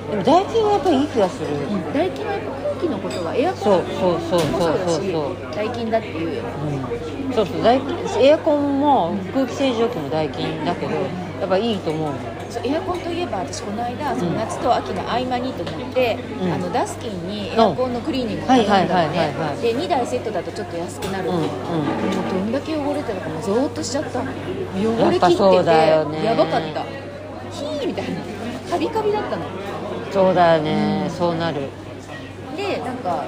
でも唾液はやっぱりいい気がする、
うんダイキンはやっぱ空気のことはエアコ
そ
ン
うそうそう
も
そ
そううだ
そう
し
そう
ダイキンだって言うよね
うんそうそう大エアコンも空気清浄機もダイキンだけどやっぱいいと思うの
そうエアコンといえば私この間その夏と秋の合間にと思って、
うん
あのダスキンにエアコンのクリーニングを頼んだ
はい
の
はいはいはいはい
ねで2台セットだとちょっと安くなる
うんん
で、
うん
もうどんだけ汚れてたかもうゾーッとしちゃったの汚
や
れ切
っぱ
ってて
そうだよね
やばかったヒーみたいなカビカビだったの
そうだよねそうなる
でなんか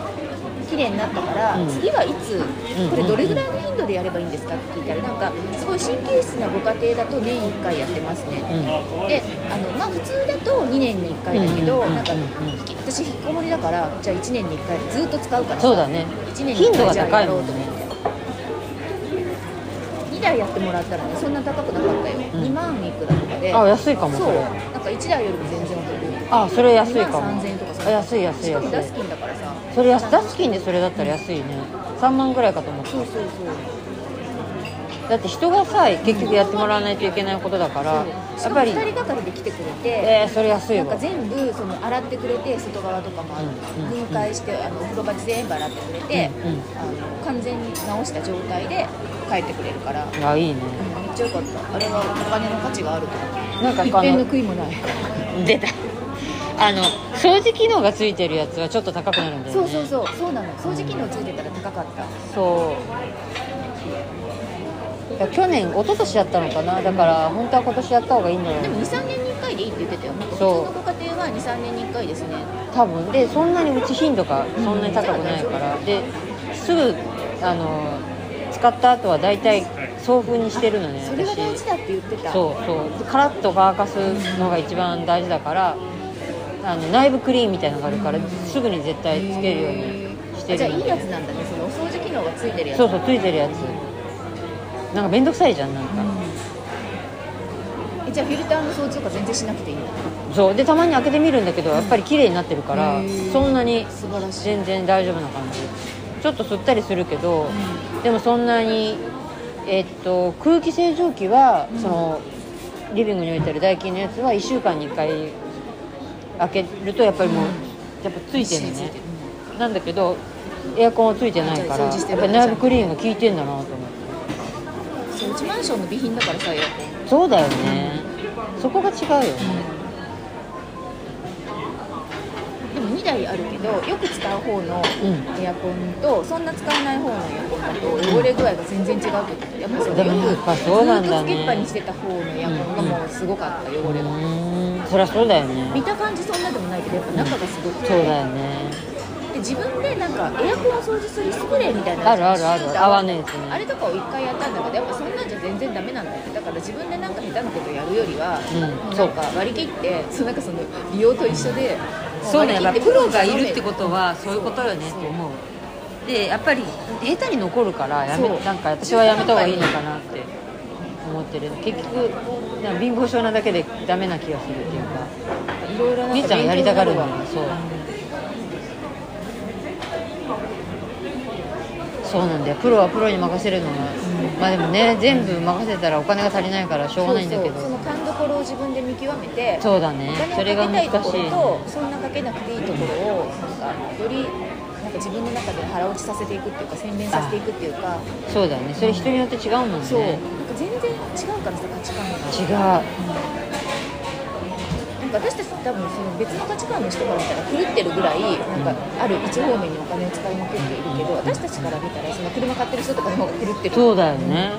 綺麗になったから、
うん
次はいつ
うん
これどれぐらいの頻度でやればいいんですかって聞いたらなんかすごい神経質なご家庭だと年1回やってますね、
うん
であの、まあ、普通だと2年に1回だけど、
うん
なんか
うん
ひき私引きこもりだからじゃあ1年に1回ずっと使うから
そうだね
1年に1
頻度
回
が
じゃあ
高
や
い
ろ
も
うんと
ね
思って2台やってもらったらねそんな高くなかったよ、
うん
2万いくらとかで
あ安いかも
そ
そうれ
なんか1台よりも全然お得
あそれ安いか
2万
も
3000円とか
あ安い安い
しかも
安
ダ
い
スキンだからさ
それ安ダスキンでそれだったら安いね3万ぐらいかと思って
そうそうそう
だって人がさ結局やってもらわないといけないことだから
そうし
や
か
っ
も
ぱり
2人がかりで来てくれて、
えー、それ安
な
いわ
んか全部その洗ってくれて外側とかもあの
うんうん
分解してあのお風呂場全部洗ってくれて、
うんう
あ
ん
の完全に直した状態で帰ってくれるから、うん
あいいね
めっちゃ良かったあれはお金の価値があると
なんか
一
あ
辺の
の
悔いもない
出たあの掃除機能がついてるやつはちょっと高くなるんだよ
そう
ね
そうそうそうなの掃除機能ついてたら高かった
そういや去年一昨年やったのかなだから本当は今年やった方がいいんだろ
で
う
も23年に1回でいいって言ってたよなんか普通
そう
のご家庭は23年に1回ですね
多分でそんなにうち頻度がそんなに高くないからですぐあの使った後は大体送風にしてるのね
それが大事だって言ってた
そうそうカラッと乾かすのが一番大事だからあの内部クリーンみたいなのがあるからすぐに絶対つけるようにして
あ
る
じゃあ
の
いいやつなんだねそのお掃除機能がついてるやつ
そうそうついてるやつなんか面倒くさいじゃんなんか、
えじゃあフィルターの掃除とか全然しなくていいんだ
そうでたまに開けてみるんだけどやっぱり綺麗になってるから
へー
そんなに
素晴らしい
全然大丈夫な感じちょっと吸ったりするけどでもそんなにえっと空気清浄機はそのリビングに置いてあるダイキンのやつは1週間に1回開けるとやっぱりもうやっぱついてるのねなんだけどエアコンはついてないから
じゃあ掃除して
やっ
る
ぱり内部クリーンが効いてんだなと思って
そううちマンションの備品だからさエアコン
そうだよねそこが違うよね
でも2台あるけどよく使う方の
う
エアコンとそんな使わない方のエアコンだと汚れ具合が全然違うってことやっぱその
でも
よく
やっぱそうなんだ
ずっと
ね
つけっぱにしてた方のエアコンがもうすごかった汚れが、
うーんそりゃそうだよ
見
ね
た感じそんなでもないけどやっぱ中がすごくて
そうだよね
で自分でなんかエアコンを掃除するスプレーみたいな
あるあるある
シューッと
泡のやつね
あれとかを一回やったんだけどやっぱそんなんじゃ全然ダメなんだよねだから自分でなんか下手なことやるよりは、
うん
もう
そ
な
うん
か割り切ってそうなんかその利用と一緒で
そうね、やっ
割り
ぱ
切
プ
って
ロがいるってことはそういうことよねって思うでやっぱり下手に残るからやめ
そう
なんか私はやめた方がいいのかなって思ってる結局なんか貧乏症なだけでダメな気がするっていうか
いろいろなんか
みーちゃんやりたがるのよ
勉強
そう
になるわ
そうなんだよプロはプロに任せるのが、まあでもね全部任せたらお金が足りないからしょうがないんだけど
そう
そう
そうその勘どころを自分で見極めて
だ
お
ね
金
それ
を
が
かけた
難
いとこ
しい
ろとそんなかけなくていいところをなんかよりなんか自分の中で腹落ちさせていくっていうか洗練させていくっていうか
そうだねそれ人によって違うもんね
そう、なんか全然違うからさ価値観が
違う
なんか私たち多分その別の価値観の人から見たら狂ってるぐらいなんかある一方面にお金を使いまくっているけど私たちから見たらその車買ってる人とかの方が狂ってる
そうだよね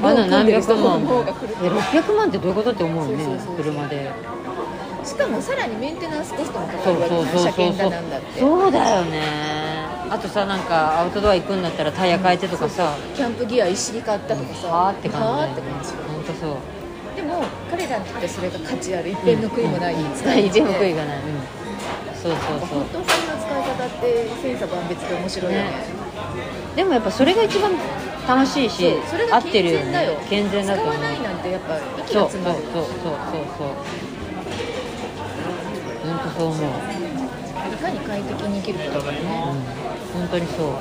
まだ何百万
もう組んでる人
え600万ってどういうことって思うよね
そうそうそう
車で
しかもさらにメンテナンスコストもかか
そう
るわけ
そう
じゃん車
そうそう
検
そ
だ
う
なんだって
そうだよねあとさなんかアウトドア行くんだったらタイヤ変えてとかさ
キャンプギア一式買ったとかさ
はあって感
はーっ
じだ
て
よね
感じ
ほんとそう
でも彼らにとってそれが価値ある一片の悔いもない使い
一
道
部
で
悔いがないうんそう
なん
そ
か
うそう
本当お金の使い方って千差万別で面白いよね
ねでもやっぱそれが一番楽しいし
そうそれ
合
が
って
健
るよ
全だよ
ね健全だと
使
思
わ
う
ないなんてやっぱ息が
そうそう
詰ま
そう
る
そうそうそう本当そう思う
いかに快適に生きるかだからね
本当にそう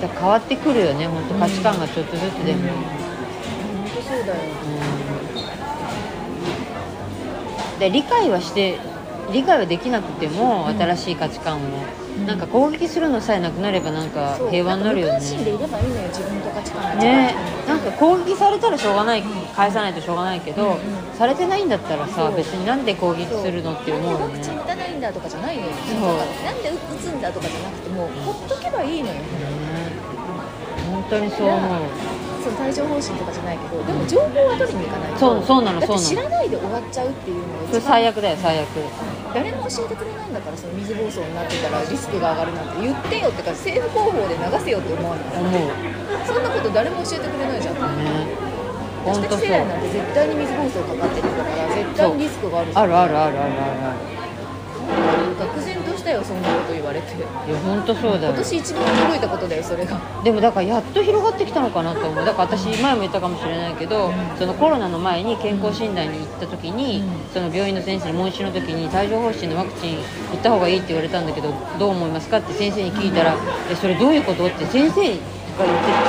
だから変わってくるよね本当価値観がちょっとずつでも、
本当そうだよ
うんで理解はして理解はできなくても新しい価値観を、
ん
なんか攻撃するのさえなくなればなんか
そう
平和になるよ
んか無関心で
ね
いればいいのよ自分と価値観が違う
ねなんか攻撃されたらしょうがない返さないとしょうがないけ
う
ど、
んう
されてないんだったら
そ
さ
う
別になんで攻撃するのって思う
なんでワ
よ
クチン
ね
打たないんだとかじゃないのよ
う
なんで打つんだとかじゃなくてもうほっとけばいいのよ
本当にそう思う
その帯状疱疹とかじゃないけどでも情報は取りに行かないと
そうそうなの
だっ
そう
て
なの
知らないで終わっちゃうっていうのが一番
それ最悪だよ最悪
誰も教えてくれないんだからその水暴走になってたらリスクが上がるなんて言ってよってか政府広報で流せよって思わない
思う
そんなこと誰も教えてくれないじゃん
ね
私
本
た
当
ち
そう
世代なんて絶対に水暴走かかってるんだから絶対にリスクがあるじゃん
あるあるあるあるあるある
愕然としたよそんなこと言われて
いや本当そうだよ
今年一番驚いたことだよそれが
でもだからやっと広がってきたのかなと思うだから私前も言ったかもしれないけどそのコロナの前に健康診断に行った時に
う
その病院の先生に問診の時に帯状疱疹のワクチン打った方がいいって言われたんだけどどう思いますかって先生に聞いたら「えそれどういうこと?」って先生が言って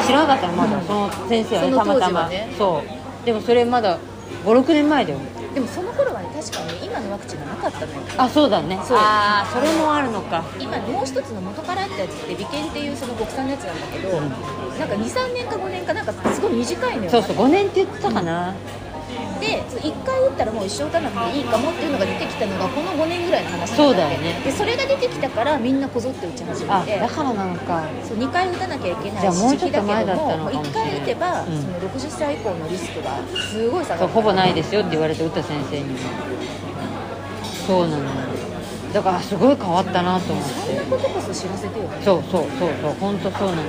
知らなかったのまだその先生はね
その
たま
当
た
時
ま
はね
そうでもそれまだ56年前だよ
でもその頃はね確かに今のワクチンがなかったのよ
あそうだね
そう
ああそれもあるのか
今もう一つの元からってやつって理研っていうその国産のやつなんだけど、なんか23年か5年かなんかすごい短いのよ
そうそう5年って言ってたかな
で1回打ったらもう一生打たなくていいかもっていうのが出てきたのがこの5年ぐらいの話なん
そうだよね
でそれが出てきたからみんなこぞって打ち始
あ
めて
だからなのか
そう2回打たなきゃいけない
じゃあもう
時
ちょ
期だ
っと
け
前だ
ど
っ
も
たの
もう
かもしれ
1
ない
回打てば、
うん
その60歳以降のリスクがすごい下が
そう
る
ほぼないですよって言われて打った先生にもそうなのよだからあすごい変わったなと思って
そんなことこそ知らせてよ
そうそうそうそう本当そうなのよ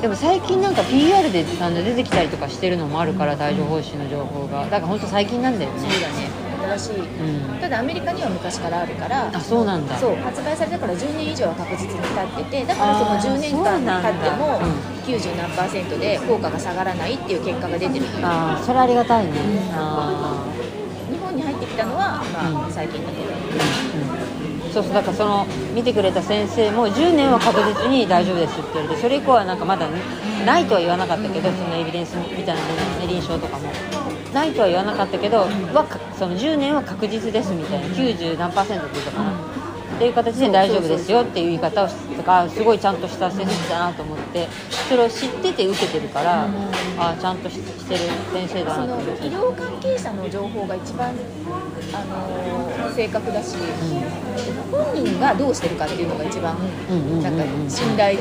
でも最近なんか PR であの出てきたりとかしてるのもあるから帯状疱疹の情報がだから本当最近なんだよ
そ
ね
うだね新しい、
うん
ただアメリカには昔からあるから
あそうなんだ
そう発売されたから10年以上は確実に経っててだからその
あー
10年間経っても
そうなんだ
90何パーセントで効果が下がらないっていう結果が出てる
ああそれありがたいねああ
日本に入ってきたのは、ま
う
あ、
ん
最近だけど、
そうそうだからその見てくれた先生も10年は確実に大丈夫ですって言われてそれ以降はなんかまだないとは言わなかったけどそのエビデンスみたいなものですね臨床とかもないとは言わなかったけどはかその10年は確実ですみたいな90何パーセントって言ったかなっていう形で大丈夫ですよっていう言い方をとかすごいちゃんとした先生だなと思ってそれを知ってて受けてるから、
うん
ああちゃんとししてる先生だ
そ
な
の
と思っ
医
て。
療関係者の情報が一番、あのー正確だし、本人がどうしてるかっていうのが一番、
うんうんうんうん
なんか信頼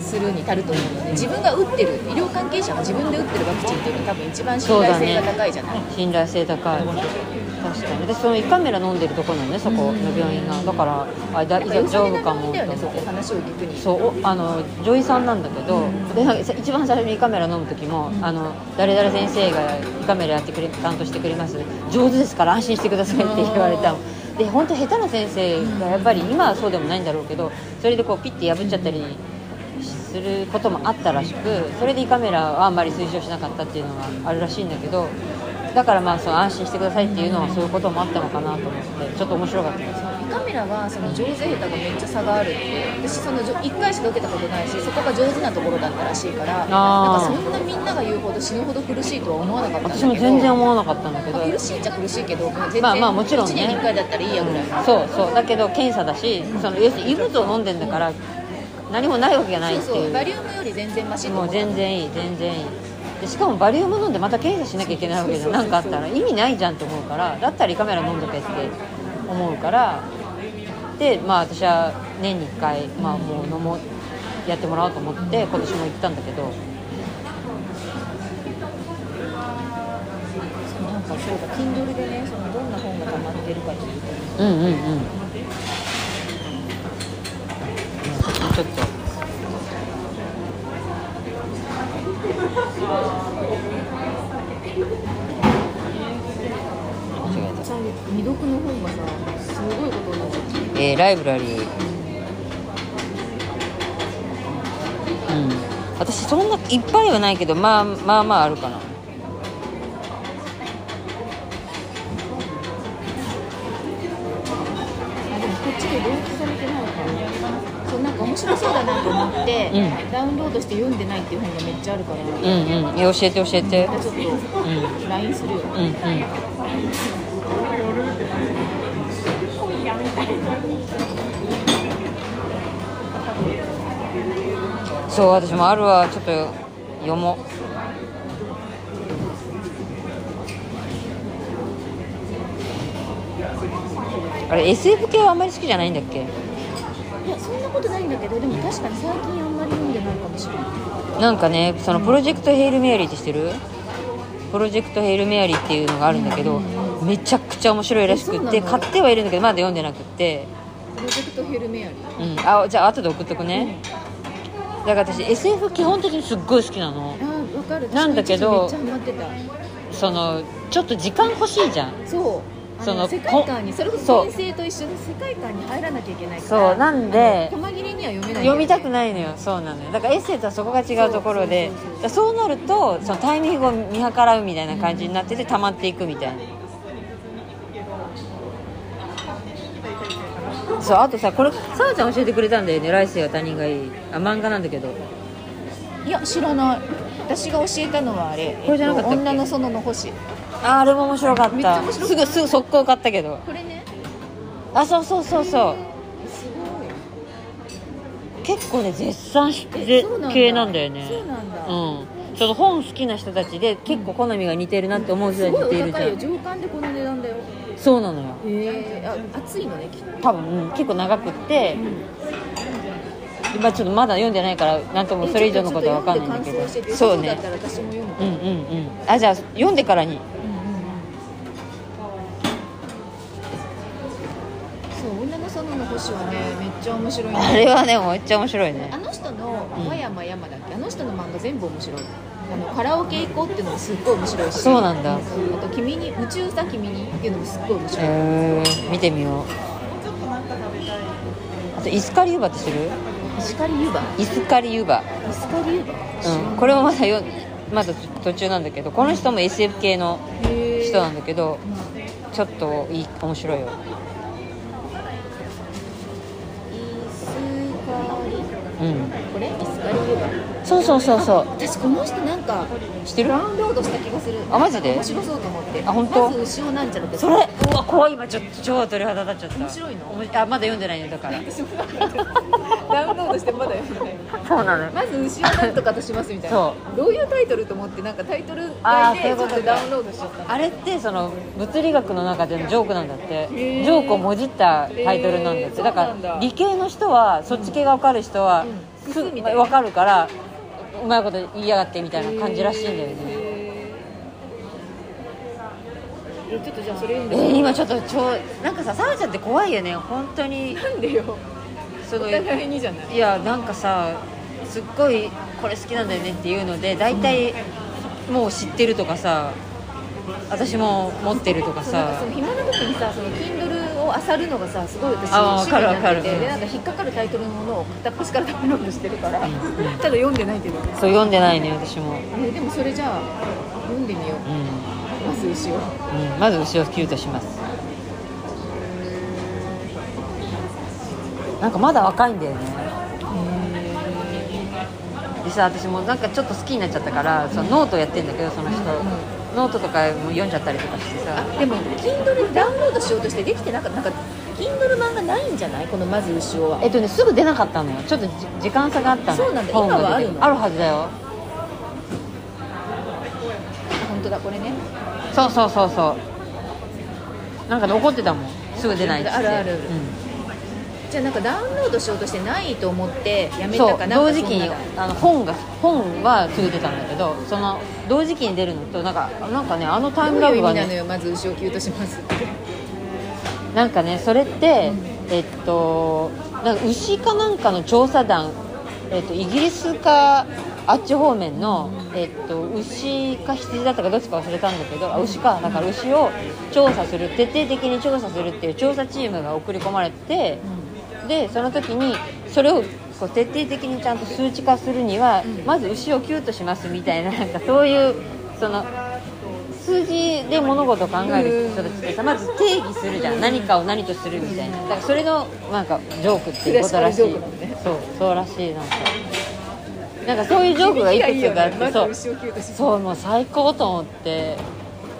するに足ると思うので、自分が打ってる、医療関係者が自分で打ってるワクチンっていうのが多分一番信頼性が高いじゃない。
信頼性高い確かにでその胃カメラ飲んでるとこなのねそこの病院がだからあだ
なん
い
か
ざ
良さげ
丈
な
夫か
病院だよ
もと思
ね、そ
っ
こ
て
話を聞くに。
そうおあの女医さんなんだけど、
うん
でなんか一番最初に胃カメラ飲む時も、
ん
あの誰々先生が胃カメラやってくれ担当してくれます上手ですから安心してくださいって言われたので本当下手な先生がやっぱり今はそうでもないんだろうけどそれでこうピッて破っちゃったりすることもあったらしくそれで胃カメラはあんまり推奨しなかったっていうのがあるらしいんだけどだからまあそう安心してくださいっていうのはそういうこともあったのかなと思ってちょっと面白かったです
胃カメラはその上手下手がめっちゃ差があるって私その1回しか受けたことないしそこが上手なところだったらしいからなん
あ
かそ
ー
んなみんなが言うほど死ぬほど苦しいとは思わなかったんだけ
私
ど
も全然思わなかったんだけど
まあ苦しいっちゃ苦しいけどもう全然
まあまあもちろんね
1年に1回だったらいいやぐらい、
そうそうだけど検査だしその要するに異物を飲んでんだから何もないわけがないって
そうそ
いう
バリウムより全然マシと
も
思っ
う
た
全然いい全然いいでしかもバリウム飲んでまた検査しなきゃいけないわけじゃん
そう
な
そ
ん
うそうそう
かあったら意味ないじゃんと思うからだったら胃カメラ飲んどけって思うからでまあ私は年に1回、まあ、もう飲もうやってもらおうと思って今年も行ったんだけど
なんかそうだ Kindle でねそのどんな本が溜まってるかというと
うんうんうんね私もちょっと間違えた
さ未読の本がさすごいことになっちゃって
えーライブラリー、うん、私そんないっぱいはないけどまあまあまああるかな
あでもこっちで同期されてないからそうなんか面白そうだなと思って、
う
ダウンロードして読んでないっていう本がめっちゃあるから、
うんうんえ教えて教えて
またちょっ
うんうん
と LINE するよ、
うんそう私もあるわちょっと読もうあれ SF 系はあんまり好きじゃないんだっ
い
け
やそんなことないんだけどでも確かに最近あんまり読んでないかもしれない
なんかねそのプロジェクトヘイルメアリーって知ってるプロジェクトヘイルメアリーっていうのがあるんだけどめちゃくちゃ面白いらしくっ
えそう
て
なの
買ってはいるんだけどまだ読んでなくって
プロジェクトヘルメアリー
うんあじゃあ後で送っとくねだから私 SF 基本的にすっごい好きなの
あーわかる
なんだけど
私も一時めっちゃハマって
そのちょっと時間欲しいじゃん
たそう
そ
あ
の
の世界観に
こ
それこ
そ
そう先生と一緒に世界観に入らなきゃいけないから
そうなんで
細切れには読めない
読みたく
い
ないのよそうなのよだからエッセイとはそこが違うところで
そうそうそうそう
だからそうなるとそのタイミングを見計らうみたいな感じになってて溜まっていくみたいなそうあとさこれさあちゃん教えてくれたんだよね「来世は他人がいい」あ漫画なんだけど
いや知らない私が教えたのはあれ
これじゃなかったっけ
えと女の園の星
ああれも面白かっ
めっちゃ
た
面白か
すぐすぐ速攻買ったけど
これね
あそうそうそうそう
すごい
結構ね絶賛し
え
で
そうなんだ
系なんだよね
そうなんだ
うんちょっと本好きな人たちで結構好みが似てるなって思う人
す
は
ご
似て
い
い
お
るじ
高
ゃ
いよ
ん
上巻でこの値段だよ
そうなのよ
えー、あ熱いのねきっと
多分、うん結構長くって、今ちょっとまだ読んでないから何ともそれ以上のことは分かんないんだ
ちょっとちょっ
け
と読んで感想して
ど
てだ
そう
っ
ね
たら私も読む
うんうんうんあじゃあ読んでからに
そう女の園の星はねめっちゃ面白いんだ
あれはねめっちゃ面白い
あ
ね
の人の和山山だっけ、あの人の漫画全部面白いあのカラオケ行こうっていうのもすっごい面白いし
そうなんだ
あと「君に夢中さ君に」っていうのもすっごい面白い、
えー、見てみようあとイスカリユーバって知る
石狩湯葉
イスカリユーバ
石狩湯葉、
うん、これもまだよまだ途中なんだけどこの人も SF 系の
へー
人なんだけどちょっといい面白いよ、
石狩
うん、
これ石狩湯葉
そうそうそうそう
私この人なんか
知ってる
ダウンロードした気がする
あマジで
面白そうと思って
あ本当
まず後ろなんちゃらって
それうわ怖い今ちょっと超鳥肌立っちゃった
面白いの
おもあまだ読んでないねだから
私もなんかダウンロードしてまだ読んでない
そうなの
まず後ろなんとかとしますみたいな
そ
どういうタイトルと思ってなんかタイトル
あ
外
ーそ
でちょ
ういうこ
っ
と
とダウンロードしちゃった
あれってその物理学の中でのジョークなんだってジ
ー
ョークをもじったタイトルなんだっ
へー
てだか
そうなんだ
ら理系の人はそっち系が分かる人は
うん
す
うん
分かるからうまいこと言いやがってみたいな感じらしいんだよね
へーえちょっとじゃあそれ読んでみ
え
よ
ー
う
今ちょっと超なんかさサラちゃんって怖いよね本当に
なんでよ
す
お
ごい
互いにじゃない
いやなんかさすっごいこれ好きなんだよねっていうので大体もう知ってるとかさ私も持ってるとか
そうなんか
さ
その暇な時にさその Kindle を漁るのがさすごい私
あー
趣味になっ
わかるわ
て
か
て
る
でなんか引っかかるタイトルのものを片っ端からダウンロードしてるからただ読んでないけどね
そう読んでないね私も、
えでもそれじゃあ読んでみよ
う
うんまず牛を
うん、まず牛をキュートしますなんかまだ若いんだよねでさ私もなんかちょっと好きになっちゃったからそのノートやってんだけどその人、ノートとかも読んじゃったりとかしてさ
でも Kindle でダウンロードしようとしてできてなかったなんか Kindle 版がないんじゃないこのまず牛をは
えっとねすぐ出なかったのよちょっとじ時間差があったの
そうなんだ
本が出て
今はあるの
あるはずだよ
本当だこれね
そうそうそうそうなんかね怒ってたもんすぐ出ないっつって
あるあるある
うん
じゃあなんかダウンロードしようとしてないと思ってやめ
そ
た
う
かな
同時期に
なんかそんな
あの本が本はすぐ出たんだけどその同時期に出るのとなんかなんかねあのタイム
ど
ラ
ういう
グ
意味
が
なの
ね
よまず牛をキュートしますって
なんかねそれって、えっとなんか牛かなんかの調査団、えっと、イギリスかあっち方面の、えっと、牛か羊だったかどっちか忘れたんだけどあ牛かだから牛を調査する徹底的に調査するっていう調査チームが送り込まれて。でその時にそれをこう徹底的にちゃんと数値化するには、まず牛をキュートしますみたいななんかそういうその数字で物事を考える人たちってさまず定義するじゃん何かを何とするみたいなだからそれのなんかジョークっていうことら
クラシカル
しい
ジョークなんだね
そうそうらしいなんかなんかそういうジョークがいくつかあっ
響き
て
が
そ
よね
う
まず牛をキュートします
そうもう最高と思って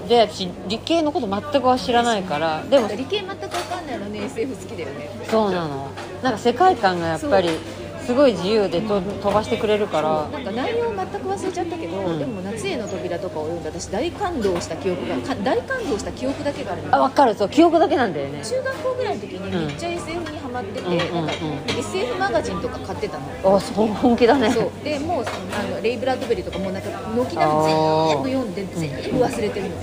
で私理系のこと全くは知らないからでも
理系全く分かんないのね SF 好きだよね
そうなのなんか世界観がやっぱり
そう
すごい自由でと飛ばしてくれるから
なんか内容全く忘れちゃったけど、
うん
でも「夏への扉」とかを読んで私大感動した記憶がか大感動した記憶だけがある
あ
の
分かるそう記憶だけなんだよね
中学校ぐらいの時にめっちゃ SF にハマってて、
うんうんう
なん
ん
か SF マガジンとか買ってたの、
あそう本気だね
そうでもうあのレイ・ブラッドベリーとかもうなんか軒並み全部読んで全部忘れてるの、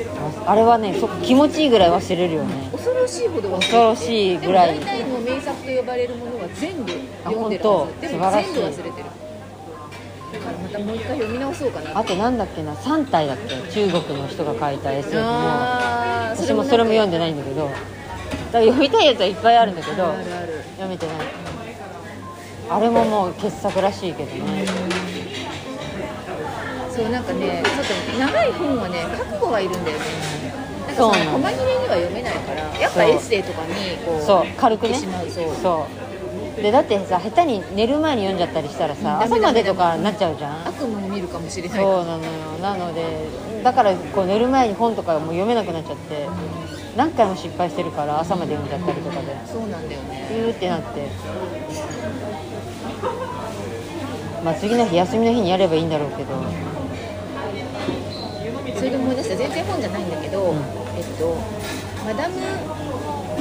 あれはねそ気持ちいいぐらい忘れるよね
恐ろしいほど忘れてる
恐ろしい
で
ぐ
も
ら
大
い
体の名作と呼ばれるものは全部読んでる
あ
は
本
ず
当
で
素
も
晴らし
全
い
部忘れてるだからまたもう一回読み直そうかな
あとなんだっけな3体だっけ中国の人が書いた SF も
あー
私もそれも読んでないんだけどだから読みたいやつはいっぱいあるんだけど
あるある
読めてないあれももう傑作らしいけどね
そうなんかねちょっと長い本はね覚悟がいるんだよねなんか
そう
そ
なの
の細切れには読めないからやっ
そう
ぱエッセイとかにこう
そう軽くね
行ってしまうそう
そうでだってさ下手に寝る前に読んじゃったりしたらさ、
うんダ
朝
メ
ま
ダ
で
メ
とかになっちゃうじゃん
悪夢を見るかもしれない
そうなのよなのでだからこう寝る前に本とかもう読めなくなっちゃって何回も失敗してるから朝まで読んじゃったりとかで
そうなんだよね
うーってなってまあ次の日休みの日にやればいいんだろうけど
それで思い出した全然本じゃないんだけど、えっ
ん
とマダム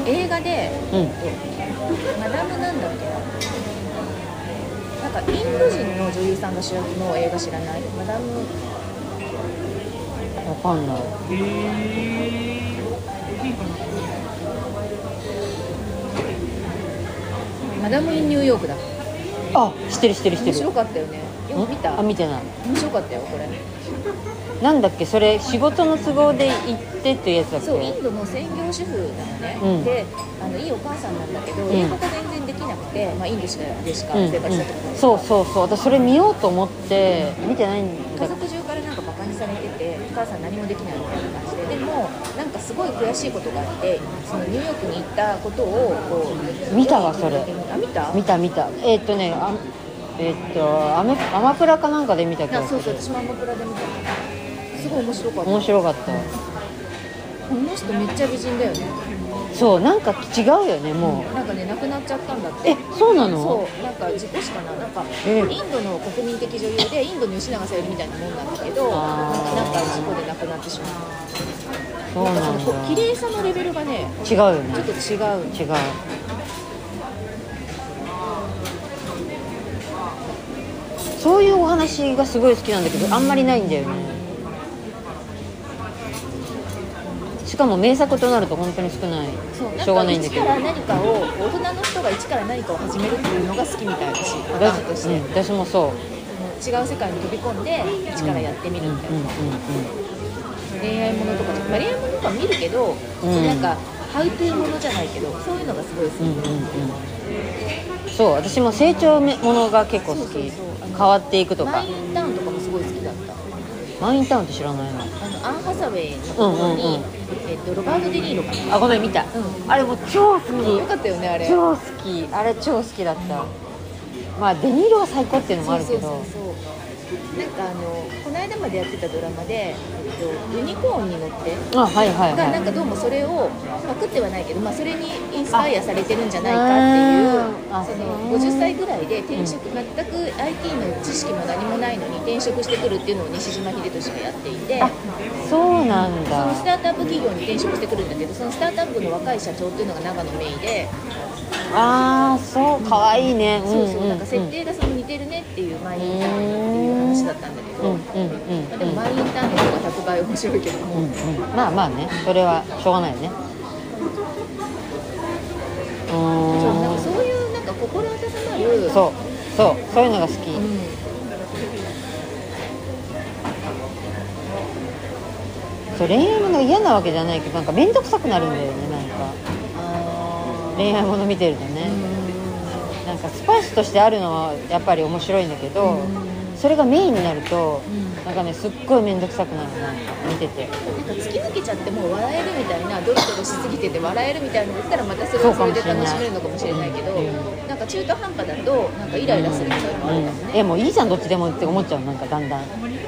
映画で
うん
マダムなんだっけななんかインド人の女優さんが主役の映画知らないマダム
わかんない
マダム・イン・ニューヨークだ
あ知ってる知ってる知って
面
る
白かったよねよく見た
んあ見てない
面白かったよこれ
なんだっけそれ仕事の都合で行ってっていうやつだっけ
そうインドの専業主婦なのね、
うん
であのいいお母さんなんだけど、
ん
英語が全然できなくて、まあ、インドしかでしか
うん
生活したことない、
そうそうそう私それ見ようと思って見てないんだ
家族中からなんかバカにされててお母さん何もできないみたいな感じででもなんかすごい悔しいことがあってそのニューヨークに行ったことをこう
見たわそれ
あ見た
見た見たえーっとねあえっとアメアマプラかなんかで見たけ
な
ど
そうそう私もアマプラで見たすごい面白かった
面白かっ
この人めっちゃ美人だよね
たそうなんか違うよねも
なんかね亡くなっちゃったんだっ
う
て
えそうなの
そうなんか事故死かななんかイ
ええ
ンドの国民的女優でインドの吉永小百合みたいなもんなんだけど
あー
なんか事故で亡くなってしまった
そう
な
なんん
か
だ
そのこ綺麗さのレベルがね
違
ち
うよ
ょっと
ね
違う
違うそういうお話がすごい好きなんだけどあんまりないんだよねしかも名作となると本当に少ない
そう
しょうがないんだけど
なんか一から何かを大人の人が一から何かを始めるっていうのが好きみたいだしパターンとし
私,、
て、
うん、私もそう
違う世界に飛び込んで一からやってみるみたいな、恋愛ものとか、まあ、恋愛ものとか見るけど、
うん
そうなんかハウトゥーものじゃないけどそういうのがすごい好き、
うんうんうんうんそう私も成長ものが結構好き
そうそうそうあの
変わっていくと
マ
か
インタウンとかもすごい好きだった
マインタウンって知らないの
あのアン・ハサウェイのところに、
うんうんうん
えっと、ロバート・デ・ニーロかな
あごめん見た、あれもう超好き
よかったよねあれそう
超好きあれ超好きだったまあデニーロは最高っていうのもあるけ
そうそう
ど
そうなんかあのこの間までやってたドラマで、えっと、ユニコーンに乗って
あはいは
が
い
な
は
ん
い
かどうもそれをパクってはないけど、まあ、それにインスパイアされてるんじゃないか
あ
っていうそ
あ
の50歳ぐらいで転職全く IT の知識も何もないのに転職してくるっていうのを西島秀俊がやっていて
あそうなん
そ
だ
のスタートアップ企業に転職してくるんだけどそのスタートアップの若い社長っていうのが長野芽衣で、
ああそうかわいいねうん
そうそうなんか設定がその似てるねっていうマインターンっていう話だったんだけど、
うんうんうん
まあ
う
で
ん
もマインターンの方が100倍面白いけど
う
も、
んうん、まあまあねそれはしょうがないよねう
そうなんか
ーん
そういうなんか心温まる
そうそうそういうのが好き
う
そう恋愛もの嫌なわけじゃないけどなんか面倒くさくなるんだよねなんか
ん、あー
恋愛もの見てるとね
う
なんかスパイスとしてあるのはやっぱり面白いんだけど
うん
それがメインになると
うん
なんかねすっごい面倒くさくなるなんか見てて
んなんか突き抜けちゃってもう笑えるみたいなドロドロしすぎてて笑えるみたいなのだったらまたそれはそれで楽しめるのかもしれないけど
そうかもしれない
なんか中途半端だとなんかイライラするみたいなのもあるかも
うん
ね、
えもういいじゃんどっちでもって思っちゃうなんかだんだん
で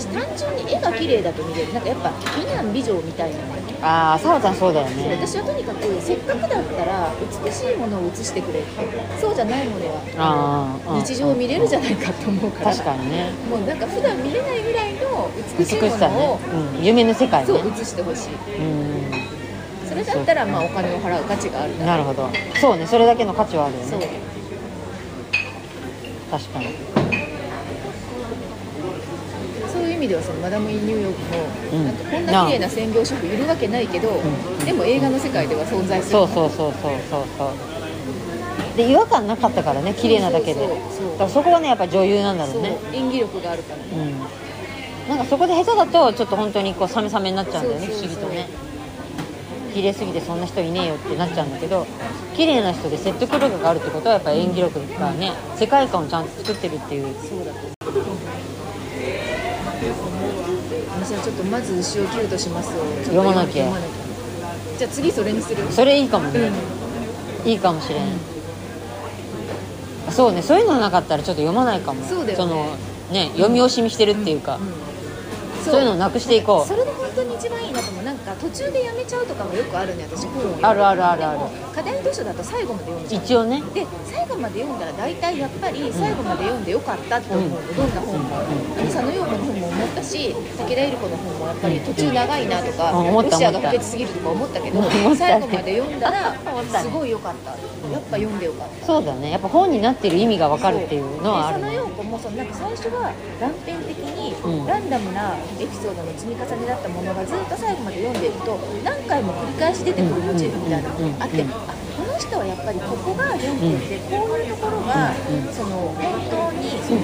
私単純に絵が綺麗だと見れるなんかやっぱ美男美女みたいなね
ああ沙ちゃんそうだよ
そう
ね
私はとにかくせっかくだったら美しいものを写してくれってそうじゃないもの
あーう
は
ん
日常見れるじゃないかと思うから
確かにね
もうなんか普段見れないぐらいの美
美
し
し
いも
さ
の
ね
を、
うん、夢の世界ね
そう写してほしい
うん
それだったらまあお金を払う価値があるな
なるほどそうねそれだけの価値はあるよ
そう
ね確かに
そういう意味ではそのマダム・イン・ニューヨークも、
うん
なんかこん
な
な
あ
綺麗な専業主婦いるわけないけど、
ん
でも映画の世界では存在する
そうそうそうそうそうそうで違和感なかったからね綺麗なだけ
そ
で
う
だ
そうそう
からそこがねやっぱ女優なんだろ
そうう
ね
演技力があるから、
うんなんかそこで下手だとちょっと本当にこうサメサメになっちゃうんだよね不
そうそう
思議
そう
とね綺麗すぎてそんな人いねえよってなっちゃうんだけど綺麗な人で説得力があるってことはやっぱ演技力がね世界観をちゃんと作ってるっていう
そうだと私はちょっとまず牛を切るとしますをちょっと
読まなきゃ
読まなじゃあ次それにする
それいいかも
う
ね
ん
いいかもしれん、そうねそういうのなかったらちょっと読まないかも
そうだよね
そのね読み惜しみしてるっていうか、
うん
そういうのをなくしていこう
それで本当に一番いいなと思うなんか途中でやめちゃうとかもよくあるね私本を読む
あるあるあるある
でも課題図書だと最後まで読むじゃん
一応ね
で最後まで読んだら大体やっぱり最後まで読んでよかったって思うの、
うん
どんな本も佐野陽子の本も思ったし武田絵理子の本もやっぱり途中長いなとか、
うん思った
ロシアが
思った
不潔すぎるとか思ったけど
思った
最後まで読んだ
思った
ら
ね
すごいよかったやっぱ読んでよかった。
そうだねやっぱ本になってる意味がわかるっていうのはある
で
ね
佐野陽子もそのなんか最初は断片的
う
に
ん
ランダムなエピソードの積み重ねだったものがずっと最後まで読んでいくと何回も繰り返し出てくるモチーフみたいなのがあって
うんうんうん
あこの人はやっぱりここが読んでいてこういうところが
うんうん
その本当にその